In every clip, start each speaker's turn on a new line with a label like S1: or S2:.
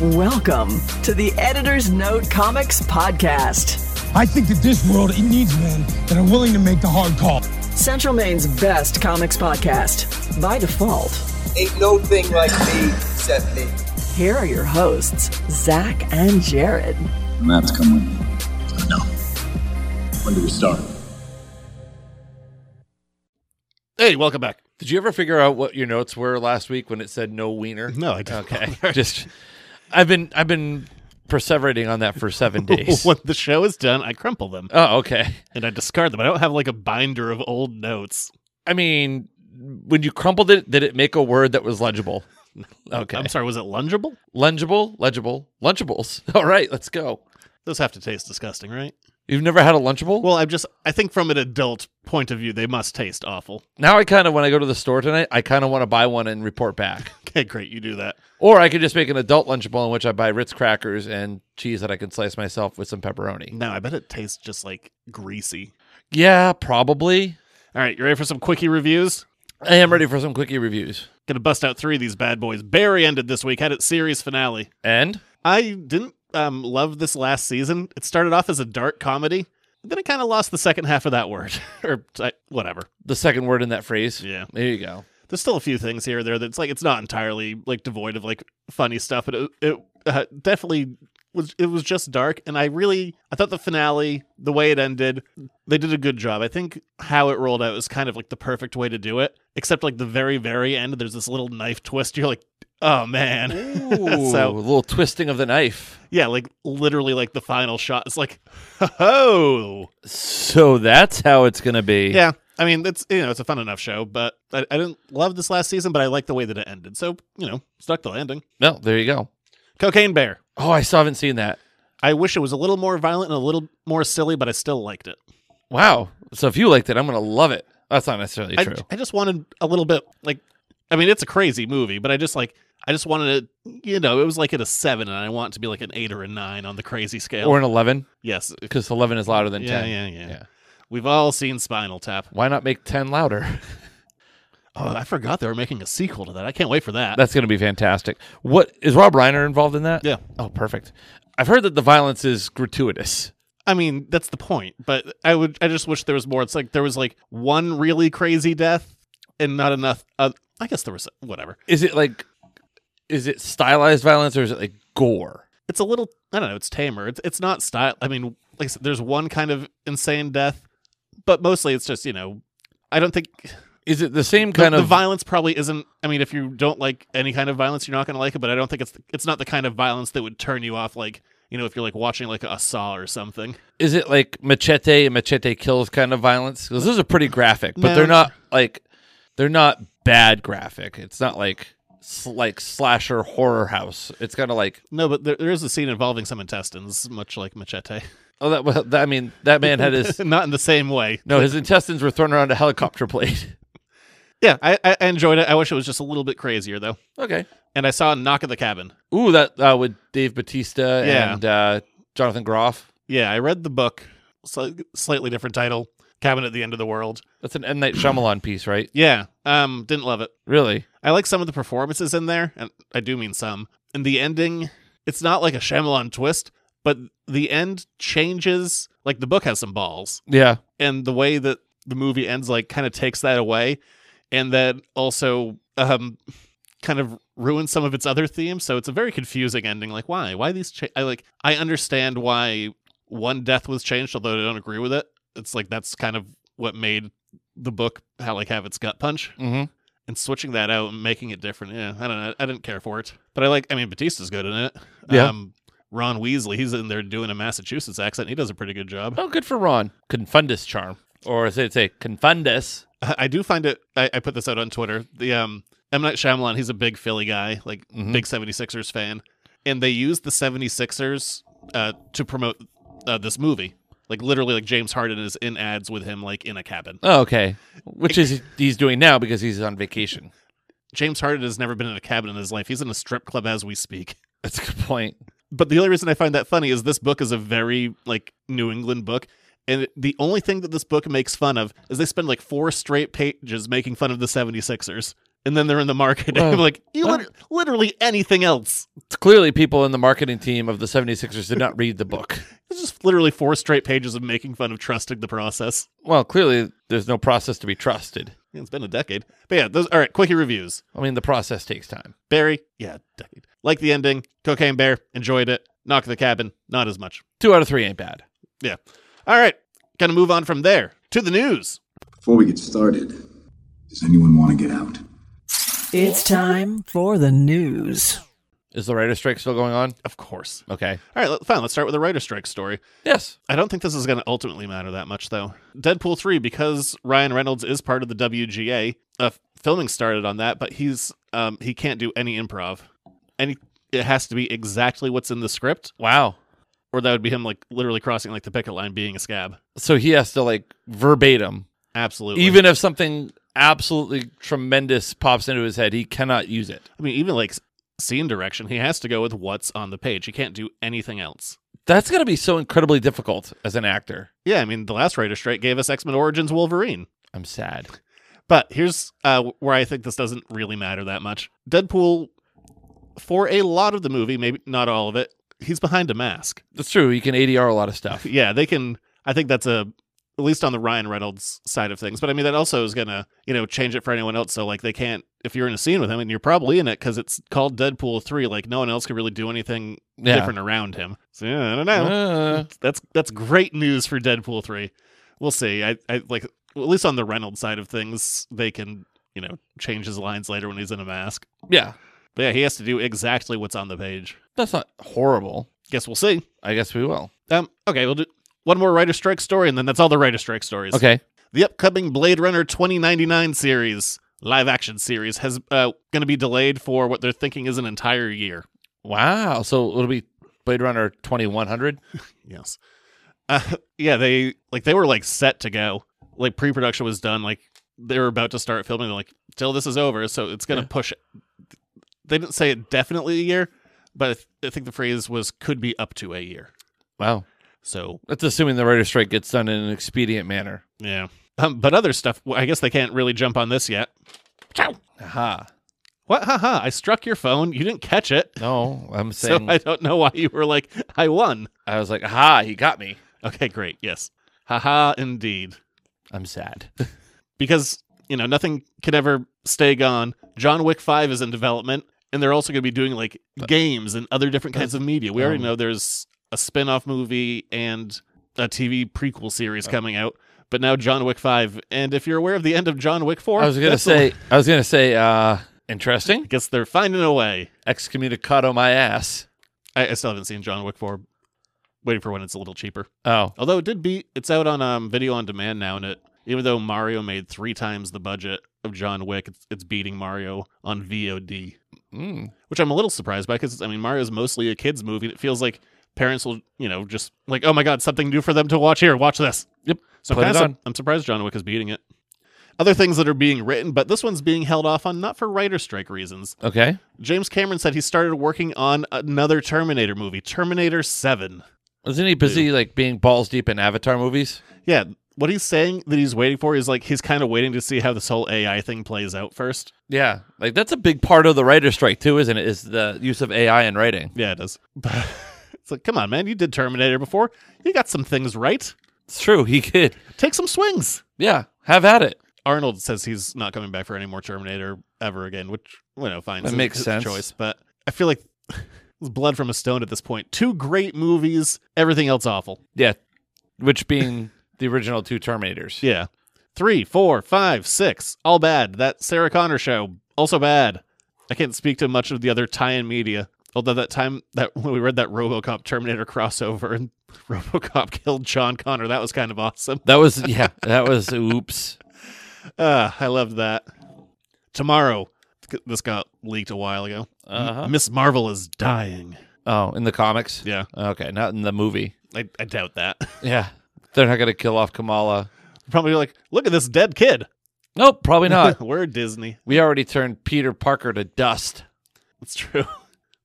S1: Welcome to the Editor's Note Comics Podcast,
S2: I think that this world it needs men that are willing to make the hard call.
S1: Central Maine's best comics podcast. By default,
S3: Ain't no thing like me, except me.
S1: here are your hosts, Zach and Jared.
S4: Maps come with me. No. When do we start?
S5: Hey, welcome back.
S6: Did you ever figure out what your notes were last week when it said no wiener?
S5: No, I didn't.
S6: Okay. Just I've been I've been perseverating on that for seven days.
S5: when the show is done, I crumple them
S6: Oh, okay.
S5: and I discard them. I don't have like a binder of old notes.
S6: I mean, when you crumpled it, did it make a word that was legible? Okay.
S5: I'm sorry, was it lungeable?
S6: Lungible, legible, lunchables. All right, let's go.
S5: Those have to taste disgusting, right?
S6: You've never had a lunchable?
S5: Well, I'm just I think from an adult point of view, they must taste awful.
S6: now I kind of when I go to the store tonight, I kind of want to buy one and report back.
S5: Okay, great, you do that.
S6: Or I could just make an adult lunchable in which I buy Ritz crackers and cheese that I can slice myself with some pepperoni.
S5: No, I bet it tastes just like greasy.
S6: Yeah, probably.
S5: All right, you ready for some quickie reviews?
S6: I am ready for some quickie reviews.
S5: Gonna bust out three of these bad boys. Barry ended this week, had its series finale.
S6: And
S5: I didn't um, love this last season. It started off as a dark comedy, then it kind of lost the second half of that word, or I, whatever.
S6: the second word in that phrase.
S5: Yeah.
S6: There you go.
S5: there's still a few things here or there that's like it's not entirely like devoid of like funny stuff but it, it uh, definitely was it was just dark and i really i thought the finale the way it ended they did a good job i think how it rolled out was kind of like the perfect way to do it except like the very very end there's this little knife twist you're like oh man
S6: Ooh, a
S5: so
S6: little twisting of the knife.
S5: yeah like literally like the final shot it's like oh
S6: So that's how it's going to be.
S5: yeah i mean it's you know it's a fun enough show but I, I didn't love this last season but i like the way that it ended so you know stuck the landing
S6: Well, there you go.
S5: Cocaine Bear.
S6: Oh, I still haven't seen that.
S5: I wish it was a little more violent and a little more silly, but I still liked it.
S6: Wow. So if you liked it, I'm going to love it. That's not necessarily
S5: I,
S6: true.
S5: I just wanted a little bit like, I mean, it's a crazy movie, but I just like, I just wanted it, you know, it was like at a seven, and I want it to be like an eight or a nine on the crazy scale.
S6: Or an 11,
S5: yes, yeah,
S6: because 11 is louder than
S5: yeah,
S6: 10.
S5: yeah, We've all seen Spinal Tap.
S6: Why not make 10 louder?
S5: Oh, I forgot they were making a sequel to that. I can't wait for that.
S6: That's going to be fantastic. What is Rob Reiner involved in that?
S5: Yeah.
S6: Oh, perfect. I've heard that the violence is gratuitous.
S5: I mean, that's the point. But I would, I just wish there was more. It's like there was like one really crazy death, and not enough. Uh, I guess there was whatever.
S6: Is it like, is it stylized violence or is it like gore?
S5: it's a little I don't know, it's tamer. It's it's not style. I mean, like I said, there's one kind of insane death, but mostly it's just, you know, I don't think
S6: Is it the same
S5: the,
S6: kind
S5: the
S6: of
S5: violence probably isn't I mean, if you don't like any kind of violence, you're not going to like it, but I don't think it's it's not the kind of violence that would turn you off like, you know, if you're like watching like a Saw or something.
S6: is it like machete and machete kills kind of violence? 'Cause those are pretty graphic, but
S5: No.
S6: they're not like they're not bad graphic. It's not like sl- like slasher horror house. It's kind of like
S5: No, but there, there is a scene involving some intestines, much like Machete.
S6: oh that, well, that I mean that man had his
S5: not in the same way.
S6: no his intestines were thrown around a helicopter blade.
S5: Yeah, I, I I enjoyed it. I wish it was just a little bit crazier though.
S6: okay.
S5: And I saw Knock at the Cabin.
S6: Ooh, that uh, with Dave Batista
S5: Yeah.
S6: and uh, Jonathan Groff.
S5: Yeah, I read the book, sli- slightly different title, Cabin at the End of the World.
S6: That's an M Night Shyamalan piece, right?
S5: Yeah, um, didn't love it.
S6: Really?
S5: I like some of the performances in there, and I do mean some. And the ending, it's not like a Shyamalan twist, but the end changes. Like the book has some balls,
S6: Yeah.
S5: and the way that the movie ends, like, kind of takes that away, and then also, um, kind of ruins some of its other themes. So it's a very confusing ending. Like, why? Why these? Cha- I like. I understand why one death was changed, although I don't agree with it. It's like that's kind of what made the book how like have its gut punch
S6: Mm-hmm.
S5: and switching that out and making it different. Yeah, I don't know. I didn't care for it, but I like. I mean, Batista's good in it.
S6: Yeah.
S5: Um, Ron Weasley, he's in there doing a Massachusetts accent. and He does a pretty good job.
S6: Oh, good for Ron. Confundus charm, or as they say, confundus.
S5: I, I do find it. I, I put this out on Twitter. The um, M Night Shyamalan, he's a big Philly guy, like
S6: Mhm.
S5: big 76ers fan, and they used the 76ers uh, to promote uh, this movie. Like literally, like James Harden is in ads with him, like in a cabin.
S6: Oh, okay. Which is he's doing now because he's on vacation.
S5: James Harden has never been in a cabin in his life. He's in a strip club as we speak.
S6: That's a good point.
S5: but the only reason I find that funny is this book is a very like New England book. And it- the only thing that this book makes fun of is they spend like four straight pages making fun of the 76ers. and then they're in the market
S6: Well,
S5: and like you
S6: well-
S5: lit- literally anything else.
S6: It's clearly people in the marketing team of the 76ers did not read the book.
S5: It's just literally four straight pages of making fun of trusting the process.
S6: Well, clearly there's no process to be trusted.
S5: Yeah, It's been a decade. But yeah, those all right, quickie reviews.
S6: I mean, the process takes time.
S5: Barry, yeah, decade. Like the ending, cocaine bear, enjoyed it. Knock the cabin, not as much.
S6: Two out of three ain't bad.
S5: Yeah. All right. Gonna move on from there to the news.
S4: Before we get started, does anyone want to get out?
S1: It's time for the news.
S6: Is the writer strike still going on?
S5: Of course.
S6: Okay.
S5: All right, let- fine. Let's start with the writer strike story.
S6: Yes.
S5: I don't think this is going to ultimately matter that much, though. Deadpool 3, because Ryan Reynolds is part of the WGA, uh, filming started on that, but he's um, he can't do any improv. Any, it has to be exactly what's in the script,
S6: Wow.
S5: or that would be him like literally crossing like the picket line, being a scab.
S6: So he has to like verbatim,
S5: Absolutely.
S6: even if something absolutely tremendous pops into his head, he cannot use it.
S5: I mean, even like s- scene direction, he has to go with what's on the page. He can't do anything else.
S6: That's going to be so incredibly difficult as an actor.
S5: Yeah, I mean, the last writer strike gave us X Men Origins Wolverine.
S6: I'm sad.
S5: But here's uh, where I think this doesn't really matter that much. Deadpool, for a lot of the movie, maybe not all of it, he's behind a mask. Uh,
S6: That's true. He can ADR a lot of stuff.
S5: Yeah, they can. I think that's a at least on the Ryan Reynolds side of things. But I mean, that also is gonna you know change it for anyone else. So like they can't if you're in a scene with him and you're probably in it because it's called Deadpool three. Like no one else can really do anything
S6: Yeah.
S5: different around him. So yeah, I don't know
S6: Uh,
S5: that's that's great news for Deadpool three. We'll see. I, I like at least on the Reynolds side of things, they can you know change his lines later when he's in a mask.
S6: yeah.
S5: But yeah, he has to do exactly what's on the page.
S6: That's not horrible.
S5: Guess we'll see.
S6: I guess we will.
S5: Um, okay, we'll do one more writer strike story, and then that's all the writer strike stories.
S6: Okay.
S5: the upcoming Blade Runner twenty ninety nine series, live action series, has uh, going to be delayed for what they're thinking is an entire year.
S6: Wow. So it'll be Blade Runner 2100.
S5: Yes. Uh, yeah, they like they were like set to go. Like pre-production was done. Like they were about to start filming. They're like, till this is over, so it's gonna push. They didn't say it definitely a year, but I, th- I think the phrase was could be up to a year.
S6: Wow.
S5: So
S6: That's assuming the writer strike gets done in an expedient manner.
S5: yeah. Um, but other stuff, well, I guess they can't really jump on this yet.
S6: Aha.
S5: What? Ha ha! I struck your phone. You didn't catch it,
S6: No, I'm
S5: so
S6: saying
S5: I don't know why you were like, I won.
S6: I was like, aha, he got me.
S5: Okay, great. Yes. Ha ha! Indeed.
S6: I'm sad.
S5: because you know nothing can ever stay gone. John Wick Five is in development, and they're also going to be doing like games and other different kinds of media. We already
S6: Uh, Um,
S5: know there's a spin-off movie and a TV prequel series
S6: Uh,
S5: coming out, but now John Wick Five. And if you're aware of the end of John Wick Four,
S6: I was gonna
S5: that's a-
S6: say I was gonna say uh interesting.
S5: guess they're finding a way.
S6: Excommunicado my ass.
S5: I, I still haven't seen John Wick Four. Waiting for when it's a little cheaper.
S6: Oh.
S5: Although it did be, it's out on um, video on demand now, and it even though Mario made three times the budget of John Wick, it's, it's beating Mario on VOD.
S6: Mm.
S5: which I'm a little surprised by because I mean Mario's mostly a kids movie. And it feels like parents will, you know, just like oh my god, something new for them to watch here. Watch this.
S6: Yep.
S5: So I'm,
S6: Put it
S5: kinda su-
S6: on.
S5: I'm surprised John Wick is beating it. Other things that are being written, but this one's being held off on not for writer strike reasons.
S6: Okay.
S5: James Cameron said he started working on another Terminator movie, Terminator Seven.
S6: Isn't he busy like being balls deep in Avatar movies?
S5: Yeah, what he's saying that he's waiting for is like he's kind of waiting to see how this whole AI thing plays out first.
S6: Yeah. Like that's a big part of the writer strike too, isn't it? Is the use of AI in writing.
S5: Yeah, it is. it's like, come on, man, you did Terminator before. You got some things right.
S6: It's true, he could.
S5: Take some swings.
S6: Yeah. Have at it.
S5: Arnold says he's not coming back for any more Terminator ever again, which you know, fine,
S6: That
S5: it's
S6: makes
S5: his
S6: sense.
S5: Choice, but I feel like it's blood from a stone at this point. Two great movies, everything else awful.
S6: Yeah. Which being the original two Terminators.
S5: Yeah, three, four, five, six, all bad. That Sarah Connor show also bad. I can't speak to much of the other tie-in media. Although that time that when we read that RoboCop Terminator crossover and RoboCop killed John Connor, that was kind of awesome.
S6: That was yeah, that was oops.
S5: Uh, I loved that. Tomorrow, this got leaked a while ago.
S6: Uh-huh.
S5: Miss Marvel is dying.
S6: Oh, in the comics?
S5: Yeah,
S6: Okay, not in the movie.
S5: I, I doubt that.
S6: Yeah. They're not gonna kill off Kamala.
S5: Probably like, look at this dead kid.
S6: Nope, probably not.
S5: We're Disney.
S6: we already turned Peter Parker to dust.
S5: It's true.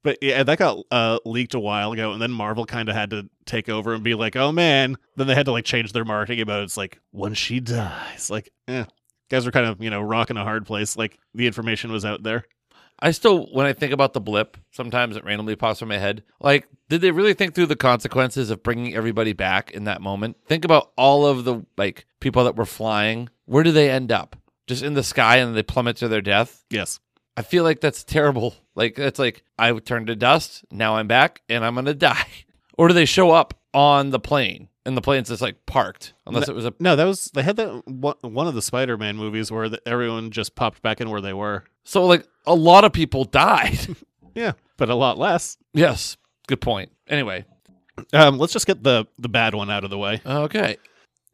S5: But yeah, that got uh, leaked a while ago, and then Marvel kind of had to take over and be like, "Oh man!" Then they had to like change their marketing about it. it's like when she dies, like eh, guys were kind of you know rocking a hard place. Like the information was out there.
S6: I still, when I think about the blip, sometimes it randomly pops in my head. Like, did they really think through the consequences of bringing everybody back in that moment? Think about all of the like people that were flying. Where do they end up? Just in the sky, and they plummet to their death.
S5: Yes.
S6: I feel like that's terrible. Like that's like I turned to dust. Now I'm back, and I'm gonna die. Or do they show up on the plane, and the plane's just like parked? Unless it was a
S5: No, that was they had that one one of the Spider-Man movies where the, everyone just popped back in where they were.
S6: so like a lot of people died.
S5: Yeah, but a lot less.
S6: yes, good point. Anyway,
S5: Um, let's just get the the bad one out of the way.
S6: okay,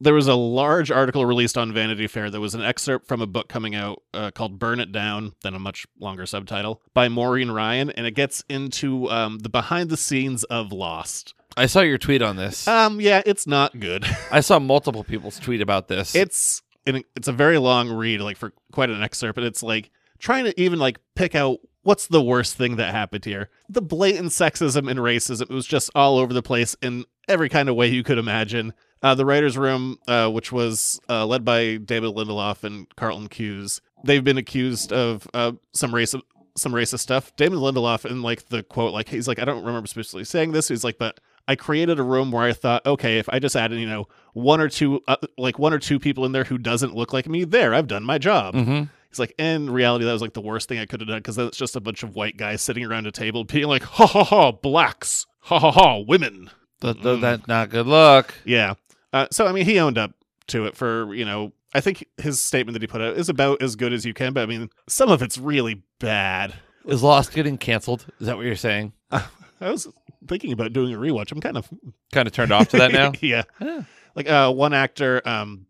S5: There was a large article released on Vanity Fair that was an excerpt from a book coming out uh, called "Burn It Down," then a much longer subtitle by Maureen Ryan, and it gets into um, the behind the scenes of Lost.
S6: I saw your tweet on this.
S5: Um, yeah, it's not good.
S6: I saw multiple people's tweet about this.
S5: it's an, it's a very long read like for quite an excerpt but it's like trying to even like pick out what's the worst thing that happened here the blatant sexism and racism it was just all over the place in every kind of way you could imagine uh, the writers room uh, which was uh, led by david lindelof and carlton cuse they've been accused of uh, some racism some racist stuff david lindelof in like the quote like he's like i don't remember specifically saying this he's like but I created a room where I thought, okay, if I just add, you know, one or two, uh, like one or two people in there who doesn't look like me, there, I've done my job.
S6: Mhm.
S5: He's like, in reality, that was like the worst thing I could have done because that's just a bunch of white guys sitting around a table being like, ha ha ha, blacks, ha ha ha, women.
S6: Th- th- that's not good luck.
S5: Yeah. Uh, so I mean, he owned up to it for you know. I think his statement that he put out is about as good as you can, but I mean, some of it's really bad.
S6: Is Lost getting canceled? Is that what you're saying?
S5: I was thinking about doing a rewatch. I'm kind of
S6: Kind of turned off to that now.
S5: yeah.
S6: Yeah.
S5: Like uh, one actor, um,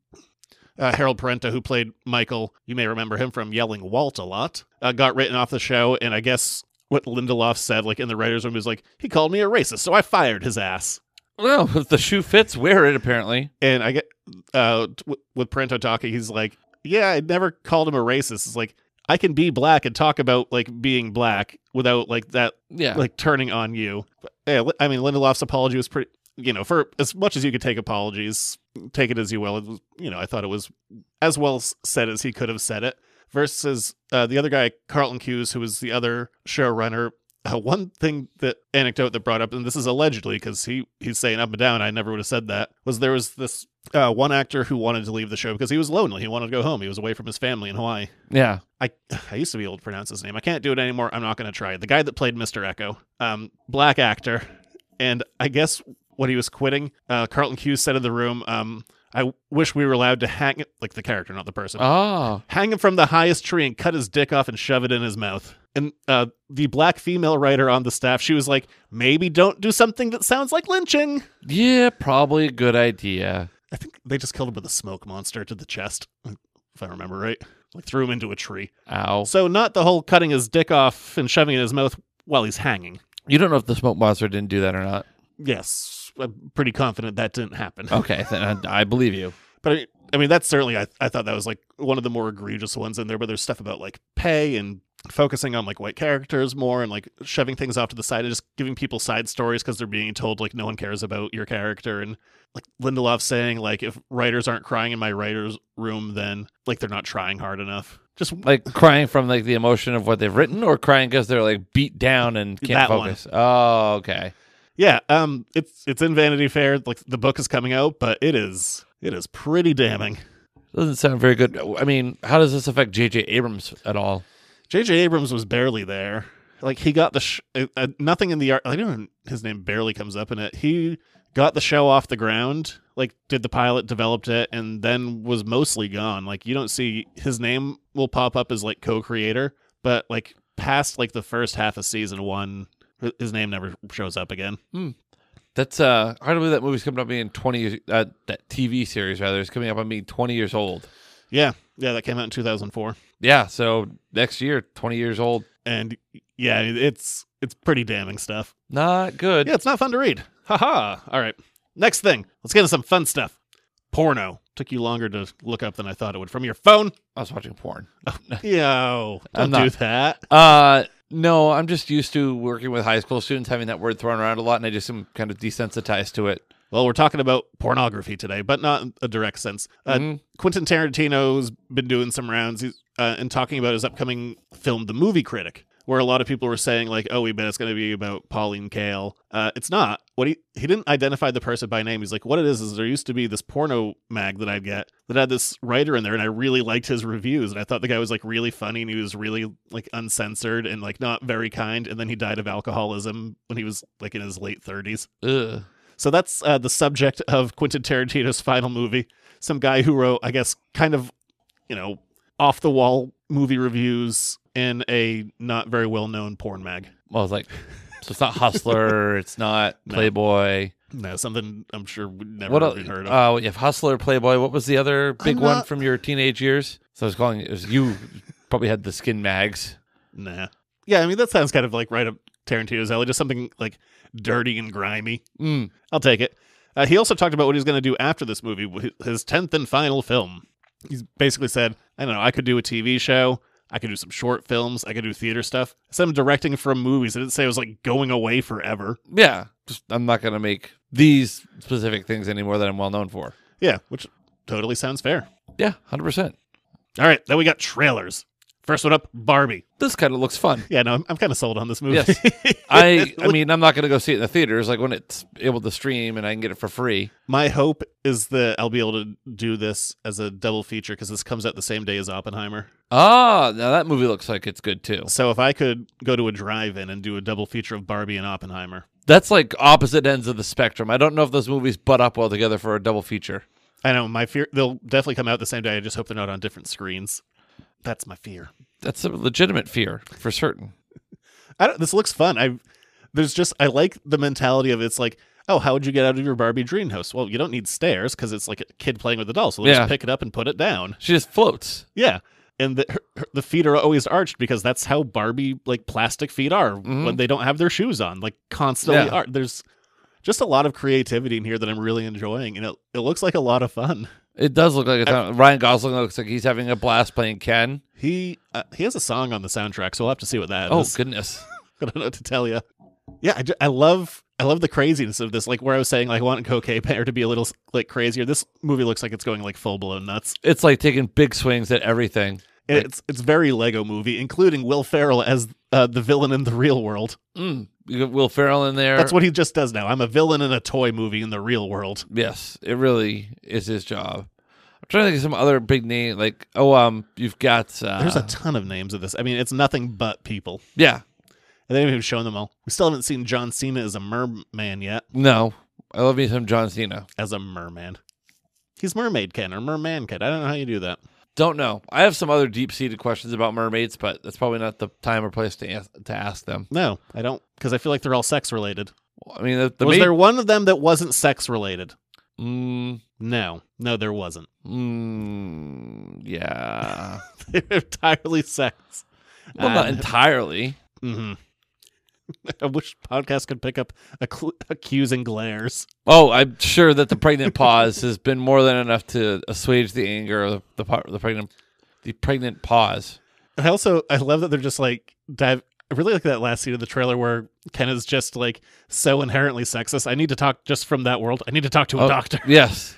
S5: uh, Harold Parenta, who played Michael, you may remember him from yelling Walt a lot, uh, got written off the show. And I guess what Lindelof said, like in the writers' room, is like he called me a racist, so I fired his ass.
S6: well, if the shoe fits, wear it. Apparently,
S5: And I get uh, t- w- with Parenta talking, he's like, "Yeah, I never called him a racist." It's like I can be black and talk about like being black without like that
S6: yeah.
S5: like turning on you. But, yeah, li- I mean, Lindelof's apology was pretty. You know, for as much as you could take apologies, take it as you will. It was, you know, I thought it was as well s- said as he could have said it. Versus uh, the other guy, Carlton Cuse, who was the other showrunner. Uh, one thing that anecdote that brought up, and this is allegedly because he he's saying up and down, I never would have said that. Was there was this uh, one actor who wanted to leave the show because he was lonely, he wanted to go home, he was away from his family in Hawaii.
S6: yeah.
S5: I I used to be able to pronounce his name. I can't do it anymore. I'm not going to try. The guy that played Mr. Echo, um, black actor, and I guess when he was quitting, uh, Carlton Hughes said in the room, um, "I wish we were allowed to hang like the character, not the person,
S6: Oh,
S5: hang him from the highest tree and cut his dick off and shove it in his mouth." And uh, the black female writer on the staff, she was like, "Maybe don't do something that sounds like lynching."
S6: yeah. Probably a good idea.
S5: I think they just killed him with a smoke monster to the chest, if I remember right. Like threw him into a tree.
S6: Ow.
S5: So not the whole cutting his dick off and shoving it in his mouth while he's hanging.
S6: You don't know if the smoke monster didn't do that or not.
S5: Yes, I'm pretty confident that didn't happen.
S6: Okay, then I, I believe you.
S5: But I mean, I mean, that's certainly I, I thought that was like one of the more egregious ones in there. But there's stuff about like pay and focusing on like white characters more and like shoving things off to the side and just giving people side stories because they're being told like no one cares about your character and like Lindelof saying like if writers aren't crying in my writers room then like they're not trying hard enough. Just
S6: Like crying from like the emotion of what they've written, or crying because they're like beat down and can't
S5: That one.
S6: focus. Oh, okay.
S5: Yeah, um, it's it's in Vanity Fair. Like the book is coming out, but it is it is pretty damning.
S6: Doesn't sound very good. I mean, how does this affect J.J. Abrams at all?
S5: J.J. Abrams was barely there. Like he got the sh- uh, uh, nothing in the art. I don't. even- His name barely comes up in it. He got the show off the ground. Like did the pilot, developed it, and then was mostly gone. Like you don't see his name will pop up as like co-creator, but like past like the first half of season one, h- his name never shows up again.
S6: That's uh, hard to believe that movie's coming up being twenty. years- Uh, that TV series rather is coming up on being twenty years old.
S5: Yeah, yeah, that came out in two thousand four.
S6: Yeah, so next year, twenty years old.
S5: and yeah, it's it's pretty damning stuff.
S6: Not good.
S5: Yeah, it's not fun to read. Haha. All right. Next thing, let's get into some fun stuff. Porno took you longer to look up than I thought it would. From your phone?
S6: I was watching porn.
S5: Yo,
S6: I'm
S5: don't do
S6: not.
S5: that.
S6: Uh, no, I'm just used to working with high school students having that word thrown around a lot, and I just am kind of desensitized to it.
S5: Well, we're talking about pornography today, but not in a direct sense. Uh,
S6: Mm-hmm.
S5: Quentin Tarantino's been doing some rounds he's, uh, and talking about his upcoming film, The Movie Critic, where a lot of people were saying like, "Oh, we bet it's going to be about Pauline Kael." Uh, it's not. What he he didn't identify the person by name. He's like, "What it is is there used to be this porno mag that I'd get that had this writer in there, and I really liked his reviews, and I thought the guy was like really funny, and he was really like uncensored and like not very kind, and then he died of alcoholism when he was like in his late thirties.
S6: Ugh.
S5: So that's uh, the subject of Quentin Tarantino's final movie. Some guy who wrote, I guess, kind of, you know, off the wall movie reviews in a not very well known porn mag.
S6: Well, it's like, so it's not Hustler. it's not Playboy.
S5: No, something I'm sure we never
S6: What
S5: even
S6: else?
S5: heard of.
S6: Uh, you have Hustler, Playboy. What was the other big one
S5: not-
S6: from your teenage years? So I was calling it was you. Probably had the skin mags.
S5: nah. Yeah, I mean that sounds kind of like right up Tarantino's alley. Just something like dirty and grimy.
S6: Mm.
S5: I'll take it. Uh, he also talked about what he's going to do after this movie, wh- his 10th and final film. He's basically said, I don't know, I could do a TV show. I could do some short films. I could do theater stuff. I said I'm directing from movies. I didn't say I was like going away forever.
S6: Yeah, just, I'm not gonna make these specific things anymore that I'm well known for.
S5: Yeah, which totally sounds fair.
S6: Yeah, hundred percent.
S5: All right, then we got trailers. First one up, Barbie.
S6: This kind of looks fun.
S5: Yeah, no, I'm, I'm kind of sold on this movie.
S6: Yes. I I mean I'm not gonna go see it in the theaters like when it's able to stream and I can get it for free.
S5: My hope is that I'll be able to do this as a double feature because this comes out the same day as Oppenheimer.
S6: Ah, now that movie looks like it's good too.
S5: So if I could go to a drive-in and do a double feature of Barbie and Oppenheimer,
S6: That's like opposite ends of the spectrum. I don't know if those movies butt up well together for a double feature.
S5: I know my fear they'll definitely come out the same day. I just hope they're not on different screens. That's my fear.
S6: That's a legitimate fear for certain.
S5: I don't, this looks fun. I there's just I like the mentality of it's like, oh, how would you get out of your Barbie dream house? Well, you don't need stairs because it's like a kid playing with a doll, so they'll
S6: Yeah.
S5: just pick it up and put it down.
S6: She just floats.
S5: Yeah. And the, her, her- the feet are always arched because that's how Barbie like plastic feet are when they don't have their shoes on, like constantly
S6: Mm-hmm. Yeah.
S5: are. There's just a lot of creativity in here that I'm really enjoying, and it, it looks like a lot of fun.
S6: It does look like it's Ryan Gosling looks like he's having a blast playing Ken.
S5: He uh, he has a song on the soundtrack, so we'll have to see what that
S6: Oh
S5: is.
S6: goodness.
S5: I don't know what to tell you. Yeah, I, ju- I love I love the craziness of this. Like where I was saying, like I want Cocaine Bear to be a little like crazier. This movie looks like it's going like full blown nuts.
S6: It's like taking big swings at everything.
S5: And It's it's very Lego movie, including Will Ferrell as uh, the villain in the real world.
S6: Mm. You got Will Ferrell in there.
S5: That's what he just does now. I'm a villain in a toy movie in the real world.
S6: Yes, it really is his job. I'm trying to think of some other big name. Like, oh, um, you've got uh,
S5: There's a ton of names of this. I mean, it's nothing but people.
S6: yeah,
S5: And they haven't even shown them all. We still haven't seen John Cena as a merman yet.
S6: no, I love me some John Cena.
S5: As a merman. He's mermaid Ken or merman Ken. I don't know how you do that.
S6: Don't know. I have some other deep seated questions about mermaids, but that's probably not the time or place to ask, to ask them.
S5: No, I don't, because I feel like they're all sex related.
S6: I mean, the, the
S5: was
S6: maid-
S5: there one of them that wasn't sex related?
S6: Mm,
S5: No, no, there wasn't.
S6: mm, yeah.
S5: They were entirely sex.
S6: well, not
S5: Um,
S6: entirely.
S5: mhm. I wish podcasts could pick up accu- accusing glares.
S6: Oh, I'm sure that the pregnant pause has been more than enough to assuage the anger of the the, par- the pregnant the pregnant pause.
S5: And I also I love that they're just like dive. I really like that last scene of the trailer where Ken is just like so inherently sexist. I need to talk just from that world. I need to talk to a
S6: Oh,
S5: doctor
S6: Yes.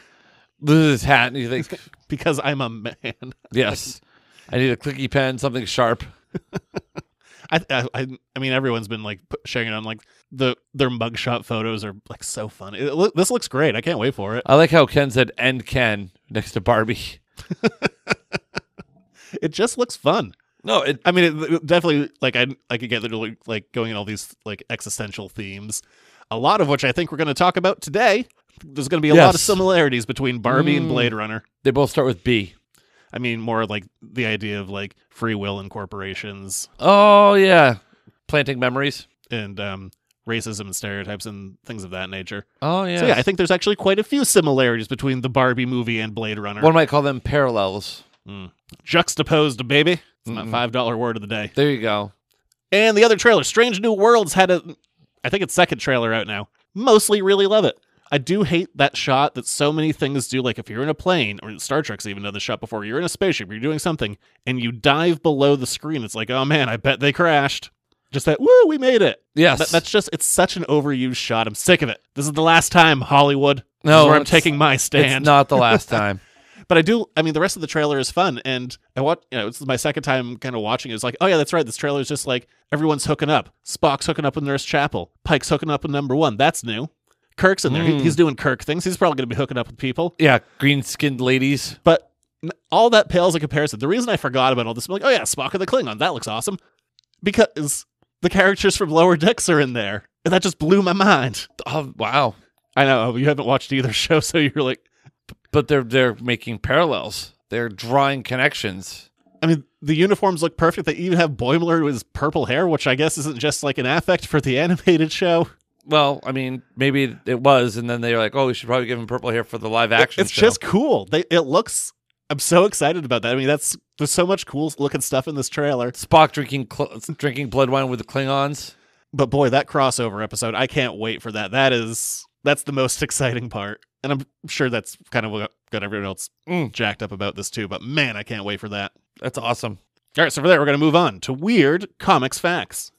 S6: Loses his hat and he thinks,
S5: because I'm a man.
S6: yes, I need a clicky pen, something sharp.
S5: I I I- I mean everyone's been like pu- sharing it on like the their mugshot photos are like so fun. It, loo- this looks great. I can't wait for it.
S6: I like how Ken said, and Ken next to Barbie.
S5: It just looks fun.
S6: No, it,
S5: I mean, it, it definitely like I I could get there to like, like going in all these like existential themes, a lot of which I think we're going to talk about today. There's going to be a lot of
S6: Yes.
S5: similarities between Barbie and
S6: Mm.
S5: Blade Runner.
S6: they both start with B.
S5: I mean, more like the idea of like free will and corporations
S6: Oh, yeah. Planting memories.
S5: and um, racism and stereotypes and things of that nature.
S6: Oh, yeah.
S5: So yeah, I think there's actually quite a few similarities between the Barbie movie and Blade Runner.
S6: One might call them parallels.
S5: Juxtaposed, baby. It's my
S6: Mm-mm.
S5: five dollar word of the day.
S6: There you go.
S5: And the other trailer, Strange New Worlds, had a, I think it's second trailer out now. Mostly really love it. I do hate that shot that so many things do. Like if you're in a plane, or Star Trek's even done the shot before, you're in a spaceship, you're doing something, and you dive below the screen. It's like, oh man, I bet they crashed. Just that, woo, we made it.
S6: Yes.
S5: That- that's just, it's such an overused shot. I'm sick of it. This is the last time, Hollywood. This is
S6: No,
S5: where I'm
S6: it's-
S5: taking my
S6: It's
S5: stand.
S6: not the last time.
S5: but I do. I mean, the rest of the trailer is fun, and I watch. You know, it's my second time kind of watching. it. It's like, oh yeah, that's right. This trailer is just like everyone's hooking up. Spock's hooking up with Nurse Chapel. Pike's hooking up with Number One. That's new. Kirk's in there. He-
S6: Mm.
S5: he's doing Kirk things. He's probably going to be hooking up with people.
S6: yeah, green skinned ladies.
S5: But n- all that pales in comparison. The reason I forgot about all this, I'm like, oh yeah, Spock and the Klingon. That looks awesome, because the characters from Lower Decks are in there, and that just blew my mind.
S6: Oh wow!
S5: I know you haven't watched either show, so you're like,
S6: But they're they're making parallels. They're drawing connections.
S5: I mean, the uniforms look perfect. They even have Boimler with his purple hair, which I guess isn't just like an affect for the animated show.
S6: Well, I mean, maybe it was, and then they were like, "Oh, we should probably give him purple hair for the live action."
S5: it's
S6: show.
S5: just cool. They, it looks. I'm so excited about that. I mean, that's there's so much cool looking stuff in this trailer.
S6: Spock drinking cl- drinking blood wine with the Klingons.
S5: But boy, that crossover episode, I can't wait for that. That is that's the most exciting part, and I'm sure that's kind of what got everyone else
S6: Mm.
S5: jacked up about this too. But man, I can't wait for that.
S6: That's awesome.
S5: All right, so for that, we're gonna move on to weird comics facts.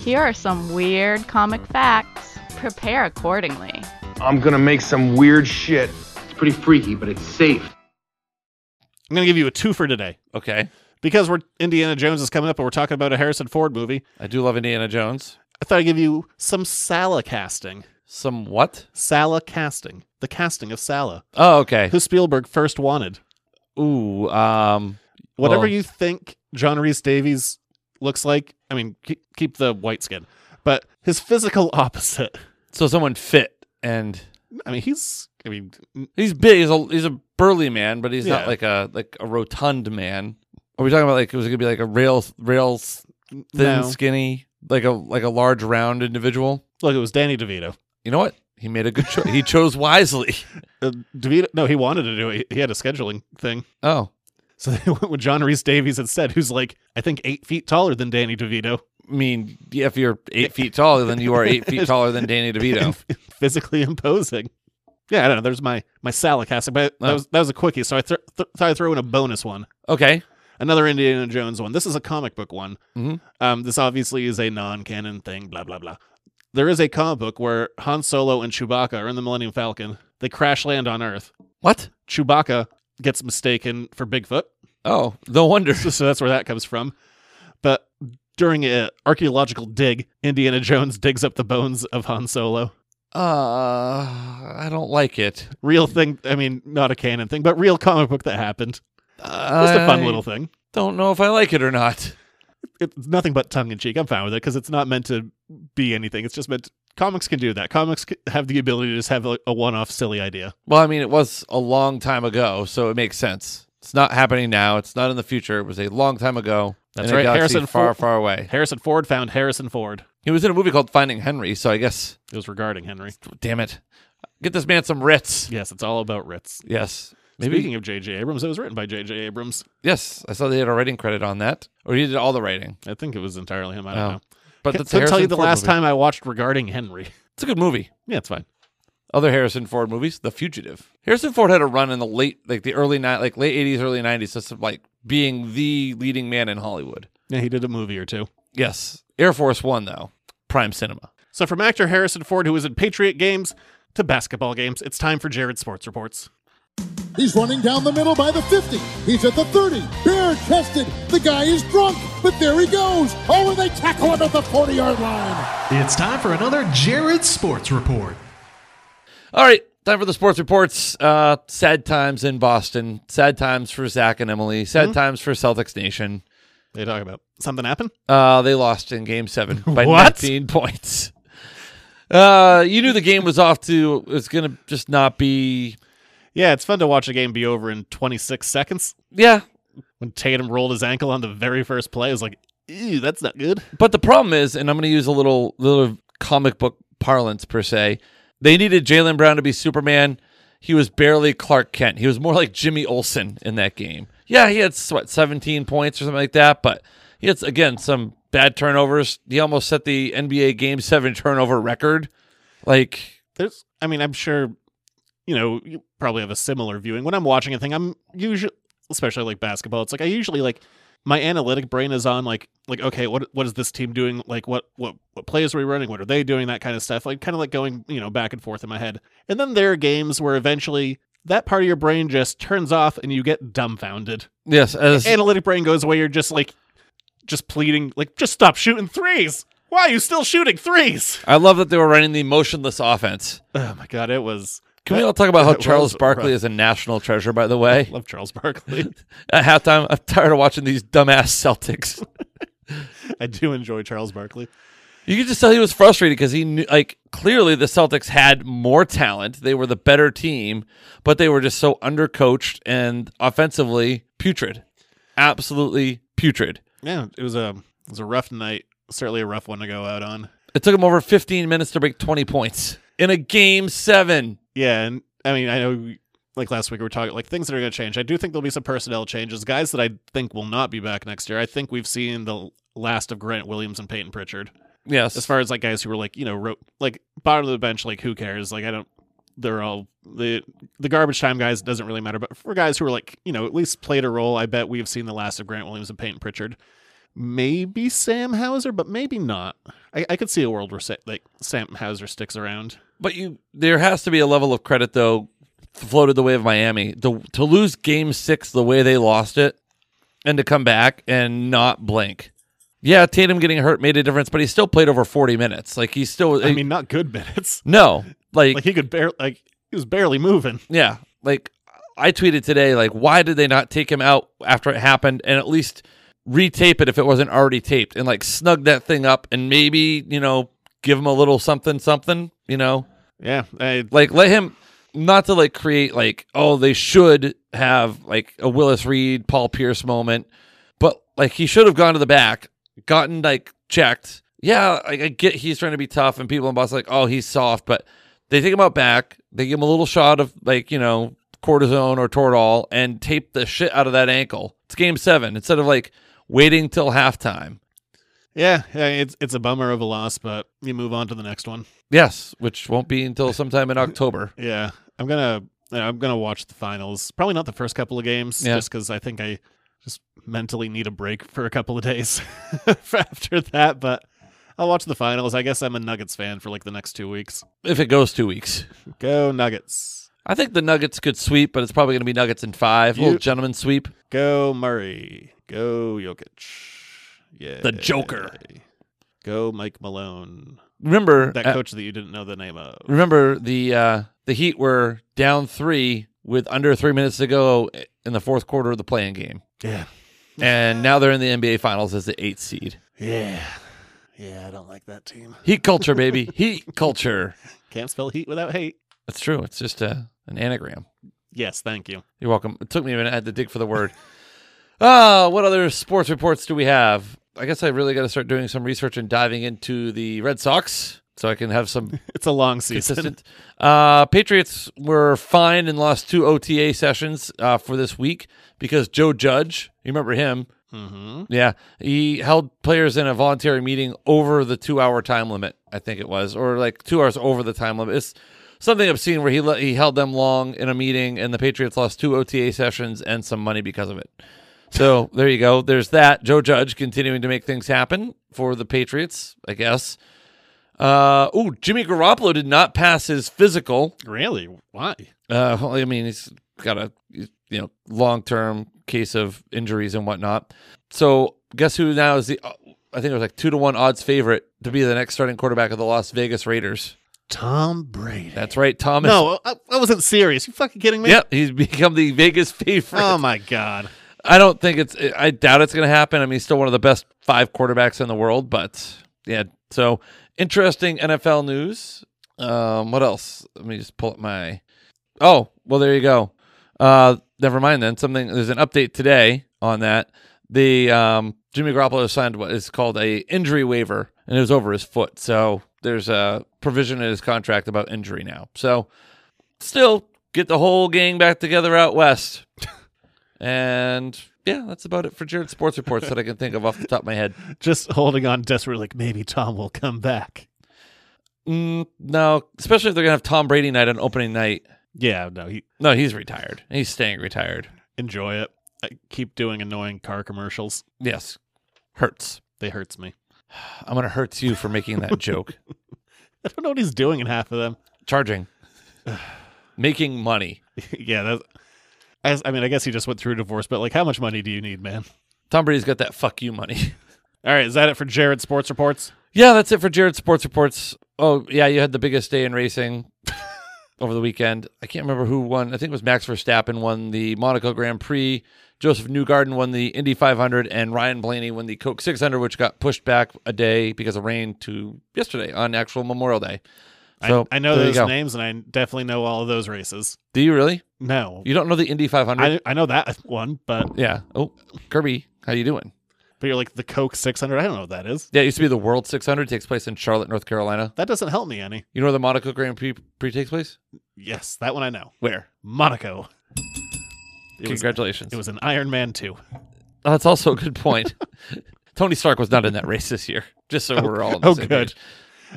S7: Here are some weird comic facts. Prepare accordingly.
S8: I'm gonna make some weird shit. It's pretty freaky, but it's safe.
S5: I'm gonna give you a two for today
S6: Okay,
S5: because we're Indiana Jones is coming up, and we're talking about a Harrison Ford movie.
S6: I do love Indiana Jones.
S5: I thought I'd give you some Sala casting.
S6: Some what?
S5: Sala casting. The casting of Sala,
S6: Oh, okay.
S5: who Spielberg first wanted.
S6: Ooh, um,
S5: Whatever
S6: Well-
S5: you think John Reese Davies looks like, I mean, keep, keep the white skin, but his physical opposite.
S6: so someone fit, and
S5: I mean, he's, I mean, n-
S6: he's big. He's a he's a burly man, but he's
S5: Yeah.
S6: not like a like a rotund man. Are we talking about like it was gonna be like a rail rail s- thin
S5: No.
S6: skinny like a like a large round individual?
S5: look, it was Danny DeVito.
S6: You know what? He made a good choice. he chose wisely.
S5: Uh, DeVito, no, he wanted to do it. He, he had a scheduling thing.
S6: Oh,
S5: So they went with John Reese Davies instead, who's like, I think eight feet taller than Danny DeVito.
S6: I mean, yeah, if you're eight feet taller, then you are eight feet taller than Danny DeVito.
S5: physically imposing. Yeah, I don't know. There's my my salad casting, but that
S6: Oh.
S5: was that was a quickie. So I th- th- thought I'd throw in a bonus one,
S6: Okay.
S5: another Indiana Jones one. This is a comic book one.
S6: Mhm.
S5: Um, this obviously is a non-canon thing. Blah blah blah. There is a comic book where Han Solo and Chewbacca are in the Millennium Falcon. They crash land on Earth.
S6: What?
S5: Chewbacca gets mistaken for Bigfoot,
S6: Oh, no wonder.
S5: so, so that's where that comes from. But during a archaeological dig, Indiana Jones digs up the bones of Han Solo.
S6: Uh, I don't like it.
S5: real thing. I mean, not a canon thing, but real comic book that happened. Just a fun little thing.
S6: Don't know if I like it or not.
S5: It's nothing but tongue in cheek. I'm fine with it because it's not meant to be anything. It's just meant comics can do that. Comics c- have the ability to just have a, a one-off silly idea.
S6: Well, I mean, it was a long time ago, so it makes sense. It's not happening now. It's not in the future. It was a long time ago.
S5: That's
S6: in a
S5: right,
S6: galaxy
S5: Harrison
S6: far,
S5: Ford-
S6: far away.
S5: Harrison Ford found Harrison Ford.
S6: He was in a movie called Finding Henry, so I guess.
S5: It was regarding Henry.
S6: Damn it, get this man some Ritz.
S5: Yes, it's all about Ritz.
S6: Yes,
S5: Maybe. Speaking of J.J. Abrams, it was written by J.J. Abrams.
S6: Yes, I saw they had a writing credit on that, or he did all the writing.
S5: I think it was entirely him. I don't
S6: Oh.
S5: know.
S6: But
S5: Can,
S6: that's a
S5: couldn't tell you
S6: Harrison
S5: the
S6: Ford
S5: last
S6: movie.
S5: time I watched regarding Henry.
S6: It's a good movie.
S5: Yeah, it's fine.
S6: other Harrison Ford movies, The Fugitive. Harrison Ford had a run in the late, like the early ni- like late eighties, early nineties, just of, like being the leading man in Hollywood.
S5: Yeah, he did a movie or two.
S6: Yes, Air Force One though, prime cinema.
S5: So, from actor Harrison Ford, who was in Patriot games, to basketball games, it's time for Jared Sports Reports.
S9: He's running down the middle by the 50. He's at the 30. Bare chested. The guy is drunk, but there he goes. Oh, and they tackle him at the 40 yard line.
S10: It's time for another Jared Sports Report.
S6: All right, time for the sports reports. Uh, sad times in Boston. Sad times for Zach and Emily. Sad times for Celtics Nation.
S5: They talk about something happened.
S6: Uh, they lost in Game Seven by
S5: What?
S6: 19 points. Uh, you knew the game was off to. It's gonna just not be.
S5: Yeah, it's fun to watch a game be over in 26 seconds.
S6: Yeah,
S5: When Tatum rolled his ankle on the very first play, I was like, "Ew, that's not good."
S6: But the problem is, and I'm going to use a little little comic book parlance per se. They needed Jalen Brown to be Superman. He was barely Clark Kent. He was more like Jimmy Olsen in that game. Yeah, he had what 17 points or something like that, but he had again some bad turnovers. He almost set the NBA Game Seven turnover record. Like,
S5: There's, I mean, I'm sure, you know, you probably have a similar viewing. When I'm watching a thing, I'm usually, especially like basketball, it's like I usually like my analytic brain is on like like okay what what is this team doing like what what what plays are we running what are they doing that kind of stuff like kind of like going you know back and forth in my head and then there are games where eventually that part of your brain just turns off and you get dumbfounded
S6: Yes, as
S5: analytic brain goes away you're just like just pleading like just stop shooting threes why are you still shooting threes
S6: I love that they were running the motionless offense.
S5: oh my god it was
S6: Can we all talk about how
S5: That was
S6: Charles Barkley
S5: rough.
S6: is a national treasure? By the way,
S5: love charles barkley
S6: at halftime, I'm tired of watching these dumbass Celtics.
S5: i do enjoy charles barkley
S6: You could just tell he was frustrated because he knew, like, clearly the Celtics had more talent. They were the better team, but they were just so undercoached and offensively putrid, absolutely putrid.
S5: yeah it was a it was a rough night certainly a rough one to go out on
S6: It took him over 15 minutes to break 20 points in a game seven.
S5: Yeah, and I mean, I know, we- like last week we were talking like things that are going to change. I do think there'll be some personnel changes, guys that I think will not be back next year. I think we've seen the last of Grant Williams and Peyton Pritchard
S6: Yes,
S5: as far as like guys who were like you know ro- like bottom of the bench. Like who cares? Like I don't. They're all the the garbage time guys. Doesn't really matter. But for guys who are like you know at least played a role, I bet we've seen the last of Grant Williams and Peyton Pritchard. Maybe Sam Hauser, but maybe not. I, I could see a world where Sa- like Sam Hauser sticks around.
S6: But you, there has to be a level of credit though, floated the way of Miami to to lose Game Six the way they lost it, and to come back and not blink. Yeah, Tatum getting hurt made a difference, but he still played over forty minutes. Like he still,
S5: I mean, not good minutes.
S6: no, like,
S5: like he could barely like he was barely moving
S6: yeah, like I tweeted today, like why did they not take him out after it happened and at least retape it if it wasn't already taped and like snug that thing up and maybe you know give him a little something something you know
S5: yeah I,
S6: like let him not to like create like oh they should have like a Willis Reed Paul Pierce moment, but like he should have gone to the back, gotten like checked. Yeah, like, I get he's trying to be tough, and people in Boston are like oh he's soft, but they take him out back, they give him a little shot of like you know cortisone or Toradol, and tape the shit out of that ankle. It's game seven instead of like waiting till halftime.
S5: yeah, yeah it's it's a bummer of a loss but you move on to the next one
S6: Yes, which won't be until sometime in October.
S5: yeah i'm gonna yeah, i'm gonna watch the finals probably not the first couple of games
S6: Yeah.
S5: just because i think i just mentally need a break for a couple of days after that but i'll watch the finals i guess i'm a nuggets fan for like the next two weeks
S6: If it goes two weeks.
S5: go nuggets
S6: I think the Nuggets could sweep, but it's probably going to be Nuggets in five.
S5: You-
S6: Little gentleman sweep.
S5: go murray go jokic yeah
S6: The Joker.
S5: go mike malone
S6: Remember
S5: that
S6: uh,
S5: coach that you didn't know the name of
S6: Remember the uh, the Heat were down three with under three minutes to go in the fourth quarter of the playing game,
S5: yeah
S6: and now they're in the NBA Finals as the eighth seed.
S5: Yeah. Yeah, I don't like that team.
S6: Heat culture, baby. Heat culture.
S5: Can't spell heat without hate.
S6: That's true. It's just uh an anagram.
S5: Yes, thank you.
S6: You're welcome. It took me a minute. I had to dig for the word. Ah, what other sports reports do we have? I guess I really got to start doing some research and diving into the Red Sox so I can have some
S5: It's a long season.
S6: consistent. Uh, Patriots were fined and lost two OTA sessions uh, for this week because Joe Judge, you remember him?
S5: hmm
S6: Yeah, he held players in a voluntary meeting over the two-hour time limit. I think it was, or like two hours over the time limit. It's something obscene where he let, he held them long in a meeting, and the Patriots lost two OTA sessions and some money because of it. So there you go. There's that. Joe Judge continuing to make things happen for the Patriots, I guess. Uh, oh, Jimmy Garoppolo did not pass his physical.
S5: Really? Why?
S6: Uh, well, I mean, he's got a you know long term case of injuries and whatnot. So guess who now is the uh, I think it was like two to one odds favorite to be the next starting quarterback of the Las Vegas Raiders.
S5: Tom Brady.
S6: That's right, Thomas.
S5: No, I, I wasn't serious. You fucking kidding me?
S6: Yep, he's become the Vegas favorite.
S5: Oh my god.
S6: I don't think it's. I doubt it's going to happen. I mean, he's still one of the best five quarterbacks in the world, but yeah. So interesting NFL news. Um, what else? Let me just pull up my. Oh well, there you go. Uh, never mind then. Something there's an update today on that. The um, Jimmy Garoppolo signed what is called a injury waiver, and it was over his foot. So there's a provision in his contract about injury now. So still get the whole gang back together out west. And yeah, that's about it for Jared Sports Reports that I can think of off the top of my head.
S5: Just holding on desperately like maybe Tom will come back.
S6: Mm, no, especially if they're going to have Tom Brady night on opening night.
S5: Yeah, no, he
S6: No, he's retired. He's staying retired.
S5: enjoy it. I keep doing annoying car commercials.
S6: Yes. Hurts.
S5: They hurts me.
S6: I'm going to hurt you for making that joke.
S5: I don't know what he's doing in half of them.
S6: Charging. making money.
S5: yeah, that's. As, I mean, I guess he just went through a divorce, but like, how much money do you need, man?
S6: Tom Brady's got that fuck you money.
S5: All right, is that it for Jared Sports Reports?
S6: yeah, that's it for Jared Sports Reports. Oh, yeah, you had the biggest day in racing over the weekend. I can't remember who won. I think it was Max Verstappen won the Monaco Grand Prix. Joseph Newgarden won the Indy 500, and Ryan Blaney won the Coke 600, which got pushed back a day because of rain to yesterday on actual Memorial Day. So
S5: I, I know
S6: there you
S5: those
S6: go.
S5: names, and I definitely know all of those races.
S6: Do you really?
S5: No,
S6: You don't know the Indy 500?
S5: I I know that one, but
S6: yeah. Oh, Kirby, how you doing?
S5: but you're like the Coke 600. I don't know what that is.
S6: Yeah, it used to be the World 600. takes place in Charlotte, North Carolina.
S5: That doesn't help me any.
S6: You know where the Monaco Grand Prix, Prix takes place?
S5: Yes, that one I know.
S6: Where?
S5: Monaco. It was,
S6: Congratulations.
S5: it was an Iron Man 2.
S6: That's also a good point. Tony Stark was not in that race this year. Just so we're all on the
S5: oh,
S6: same
S5: good.
S6: page.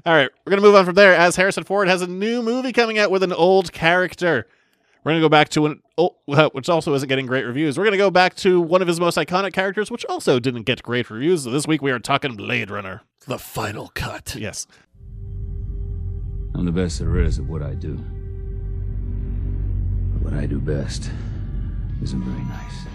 S5: All right, we're going to move on from there as Harrison Ford has a new movie coming out with an old character. We're going to go back to an oh, uh, which also isn't getting great reviews. We're going to go back to one of his most iconic characters, which also didn't get great reviews. So this week we are talking Blade Runner.
S6: The final cut.
S5: Yes.
S4: I'm the best there is at what I do. But what I do best isn't very nice.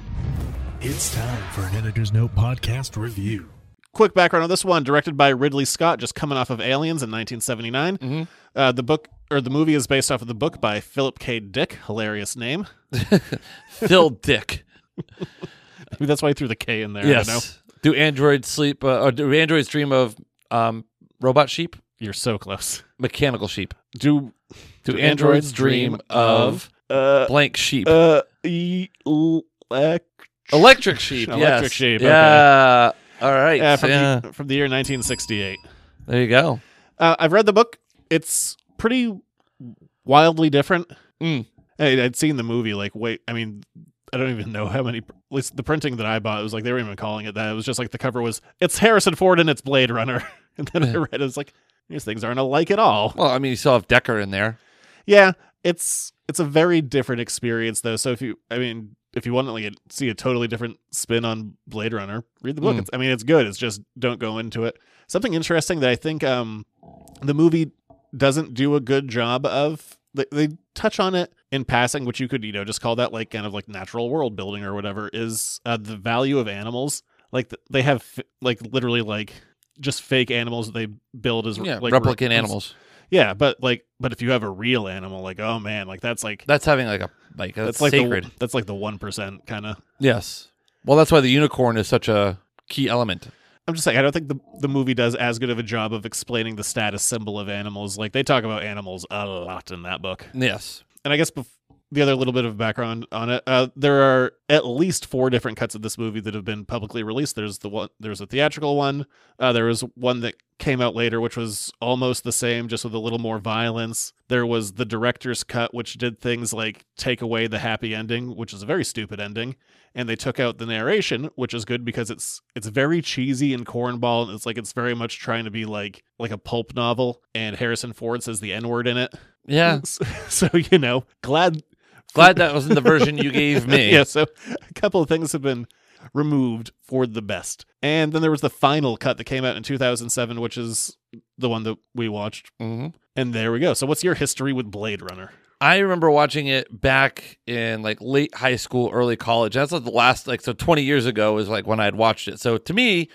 S10: It's time for an Editor's Note podcast review.
S5: Quick background on this one, directed by Ridley Scott, just coming off of Aliens in 1979. Uh, the book or the movie is based off of the book by Philip K. Dick. Hilarious name.
S6: Phil Dick.
S5: Maybe that's why he threw the K in there. I don't know.
S6: yes. Do androids sleep? Uh, or do androids dream of um, robot sheep?
S5: You're so close.
S6: Mechanical sheep.
S5: Do
S6: Do, androids, dream of
S5: uh
S6: blank sheep?
S5: uh elect
S6: electric
S5: electric
S6: sheep. yes.
S5: sheep, okay.
S6: Yeah. All right.
S5: yeah, from,
S6: yeah.
S5: The, from the year 1968.
S6: There you go.
S5: Uh, I've read the book. It's pretty wildly different.
S6: Mm.
S5: I, I'd seen the movie. Like, wait, I mean, I don't even know how many. At least the printing that I bought, it was like they were even calling it that. It was just like the cover was it's Harrison Ford and it's Blade Runner. And then I read it, it's like these things aren't alike at all.
S6: Well, I mean, you still have Decker in there.
S5: yeah it's it's a very different experience though so if you i mean if you want to like see a totally different spin on blade runner read the book
S6: Mm.
S5: it's, i mean it's good it's just don't go into it something interesting that i think um the movie doesn't do a good job of they, they touch on it in passing which you could you know just call that like kind of like natural world building or whatever is uh, the value of animals like th- they have f- like literally like just fake animals that they build as
S6: Yeah.
S5: like
S6: replicant
S5: re-
S6: animals.
S5: yeah, but like, but if you have a real animal, like, oh man, like that's like
S6: That's having like a like that's,
S5: like
S6: sacred.
S5: The, that's like the one percent kind of.
S6: Yes. Well, that's why the unicorn is such a key element.
S5: I'm just saying, I don't think the the movie does as good of a job of explaining the status symbol of animals. Like they talk about animals a lot in that book,
S6: Yes.
S5: and I guess bef- the other little bit of background on it, uh, there are at least four different cuts of this movie that have been publicly released. There's the one, there's a theatrical one, uh, there was one that came out later, which was almost the same, just with a little more violence. There was the director's cut, which did things like take away the happy ending, which is a very stupid ending, and they took out the narration, which is good because it's it's very cheesy and cornball, and it's like it's very much trying to be like like a pulp novel, and Harrison Ford says the N word in it,
S6: Yeah.
S5: so, so, you know, glad
S6: Glad that wasn't the version you gave me.
S5: yeah, so a couple of things have been removed for the best. And then there was the final cut that came out in 2007, which is the one that we watched.
S6: Mhm.
S5: And there we go. So what's your history with Blade Runner?
S6: I remember watching it back in like late high school, early college. That's like the last like so 20 years ago is like when I had watched it. So to me,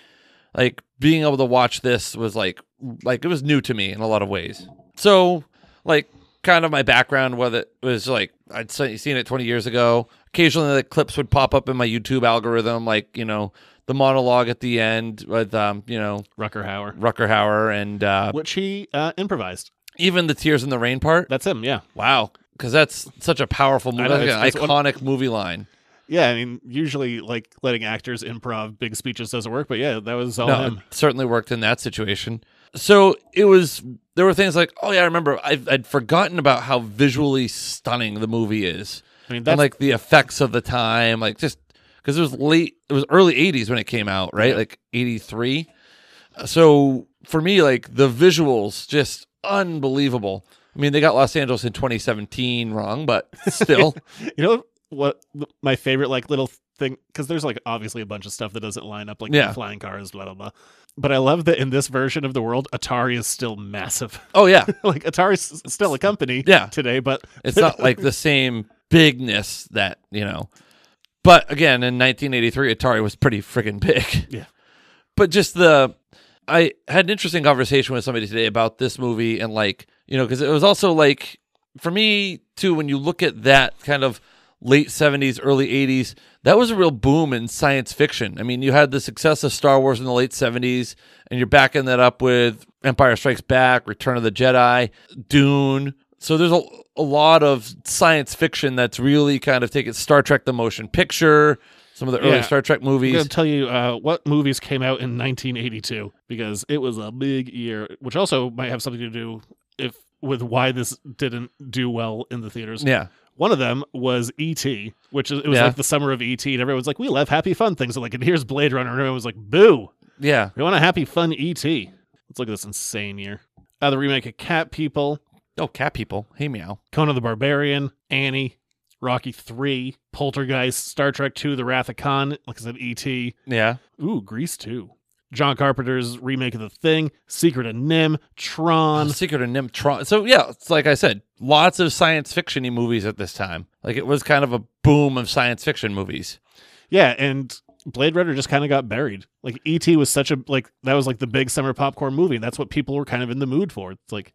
S6: like being able to watch this was like like it was new to me in a lot of ways. So like kind of my background whether it was like I'd se- seen it 20 years ago. Occasionally the clips would pop up in my YouTube algorithm like, you know, the monologue at the end with um, you know,
S5: Rucker Hauer.
S6: Rucker Hauer and uh,
S5: Which he uh, improvised.
S6: even the tears in the rain part.
S5: That's him, yeah.
S6: Wow, because that's such a powerful movie,
S5: I know,
S6: that's
S5: it's-
S6: an
S5: it's one-
S6: iconic movie line.
S5: Yeah, I mean, usually like letting actors improv big speeches doesn't work, but yeah, that was all
S6: No,
S5: him.
S6: it certainly worked in that situation. So it was. There were things like, oh yeah, I remember. i I'd forgotten about how visually stunning the movie is,
S5: I mean,
S6: and
S5: that's
S6: like the effects of the time, like just because it was late. It was early '80s when it came out, right? Like '83. So for me, like the visuals, just unbelievable. I mean, they got Los Angeles in 2017 wrong, but still.
S5: you know what my favorite like little thing because there's like obviously a bunch of stuff that doesn't line up, like
S6: Yeah.
S5: flying cars, blah blah blah. But I love that in this version of the world, Atari is still massive.
S6: Oh yeah,
S5: like Atari's s- still a company,
S6: Yeah.
S5: today, but
S6: it's not like the same bigness that you know. But again, in 1983, Atari was pretty friggin' big.
S5: Yeah.
S6: But just the, I had an interesting conversation with somebody today about this movie and like you know because it was also like for me too when you look at that kind of late 70s early 80s that was a real boom in science fiction i mean you had the success of star wars in the late 70s and you're backing that up with empire strikes back return of the jedi dune so there's a, a lot of science fiction that's really kind of taking star trek the motion picture some of the early
S5: Yeah.
S6: star trek
S5: I'm
S6: movies
S5: gonna tell you uh, what movies came out in 1982 because it was a big year, which also might have something to do if with why this didn't do well in the theaters.
S6: yeah
S5: One of them was E.T., which is, it was
S6: Yeah.
S5: like the summer of E.T. and everyone was like, "We love happy fun things." like, and here's Blade Runner, and everyone was like, "Boo!
S6: yeah
S5: We want a happy fun E.T." Let's look at this insane year. Uh, the remake of Cat People,
S6: oh cat people hey meow
S5: Conan the Barbarian, Annie, Rocky Three, Poltergeist, Star Trek Two, The Wrath of Khan, like I said, E.T.
S6: yeah
S5: Ooh, Grease too. John Carpenter's remake of The Thing, Secret of Nim, Tron.
S6: Secret of Nimtron. So yeah, it's like I said, lots of science fiction-y movies at this time. Like it was kind of a boom of science fiction movies.
S5: Yeah, and Blade Runner just kind of got buried. Like E.T. was such a like that was like the big summer popcorn movie. And that's what people were kind of in the mood for. It's like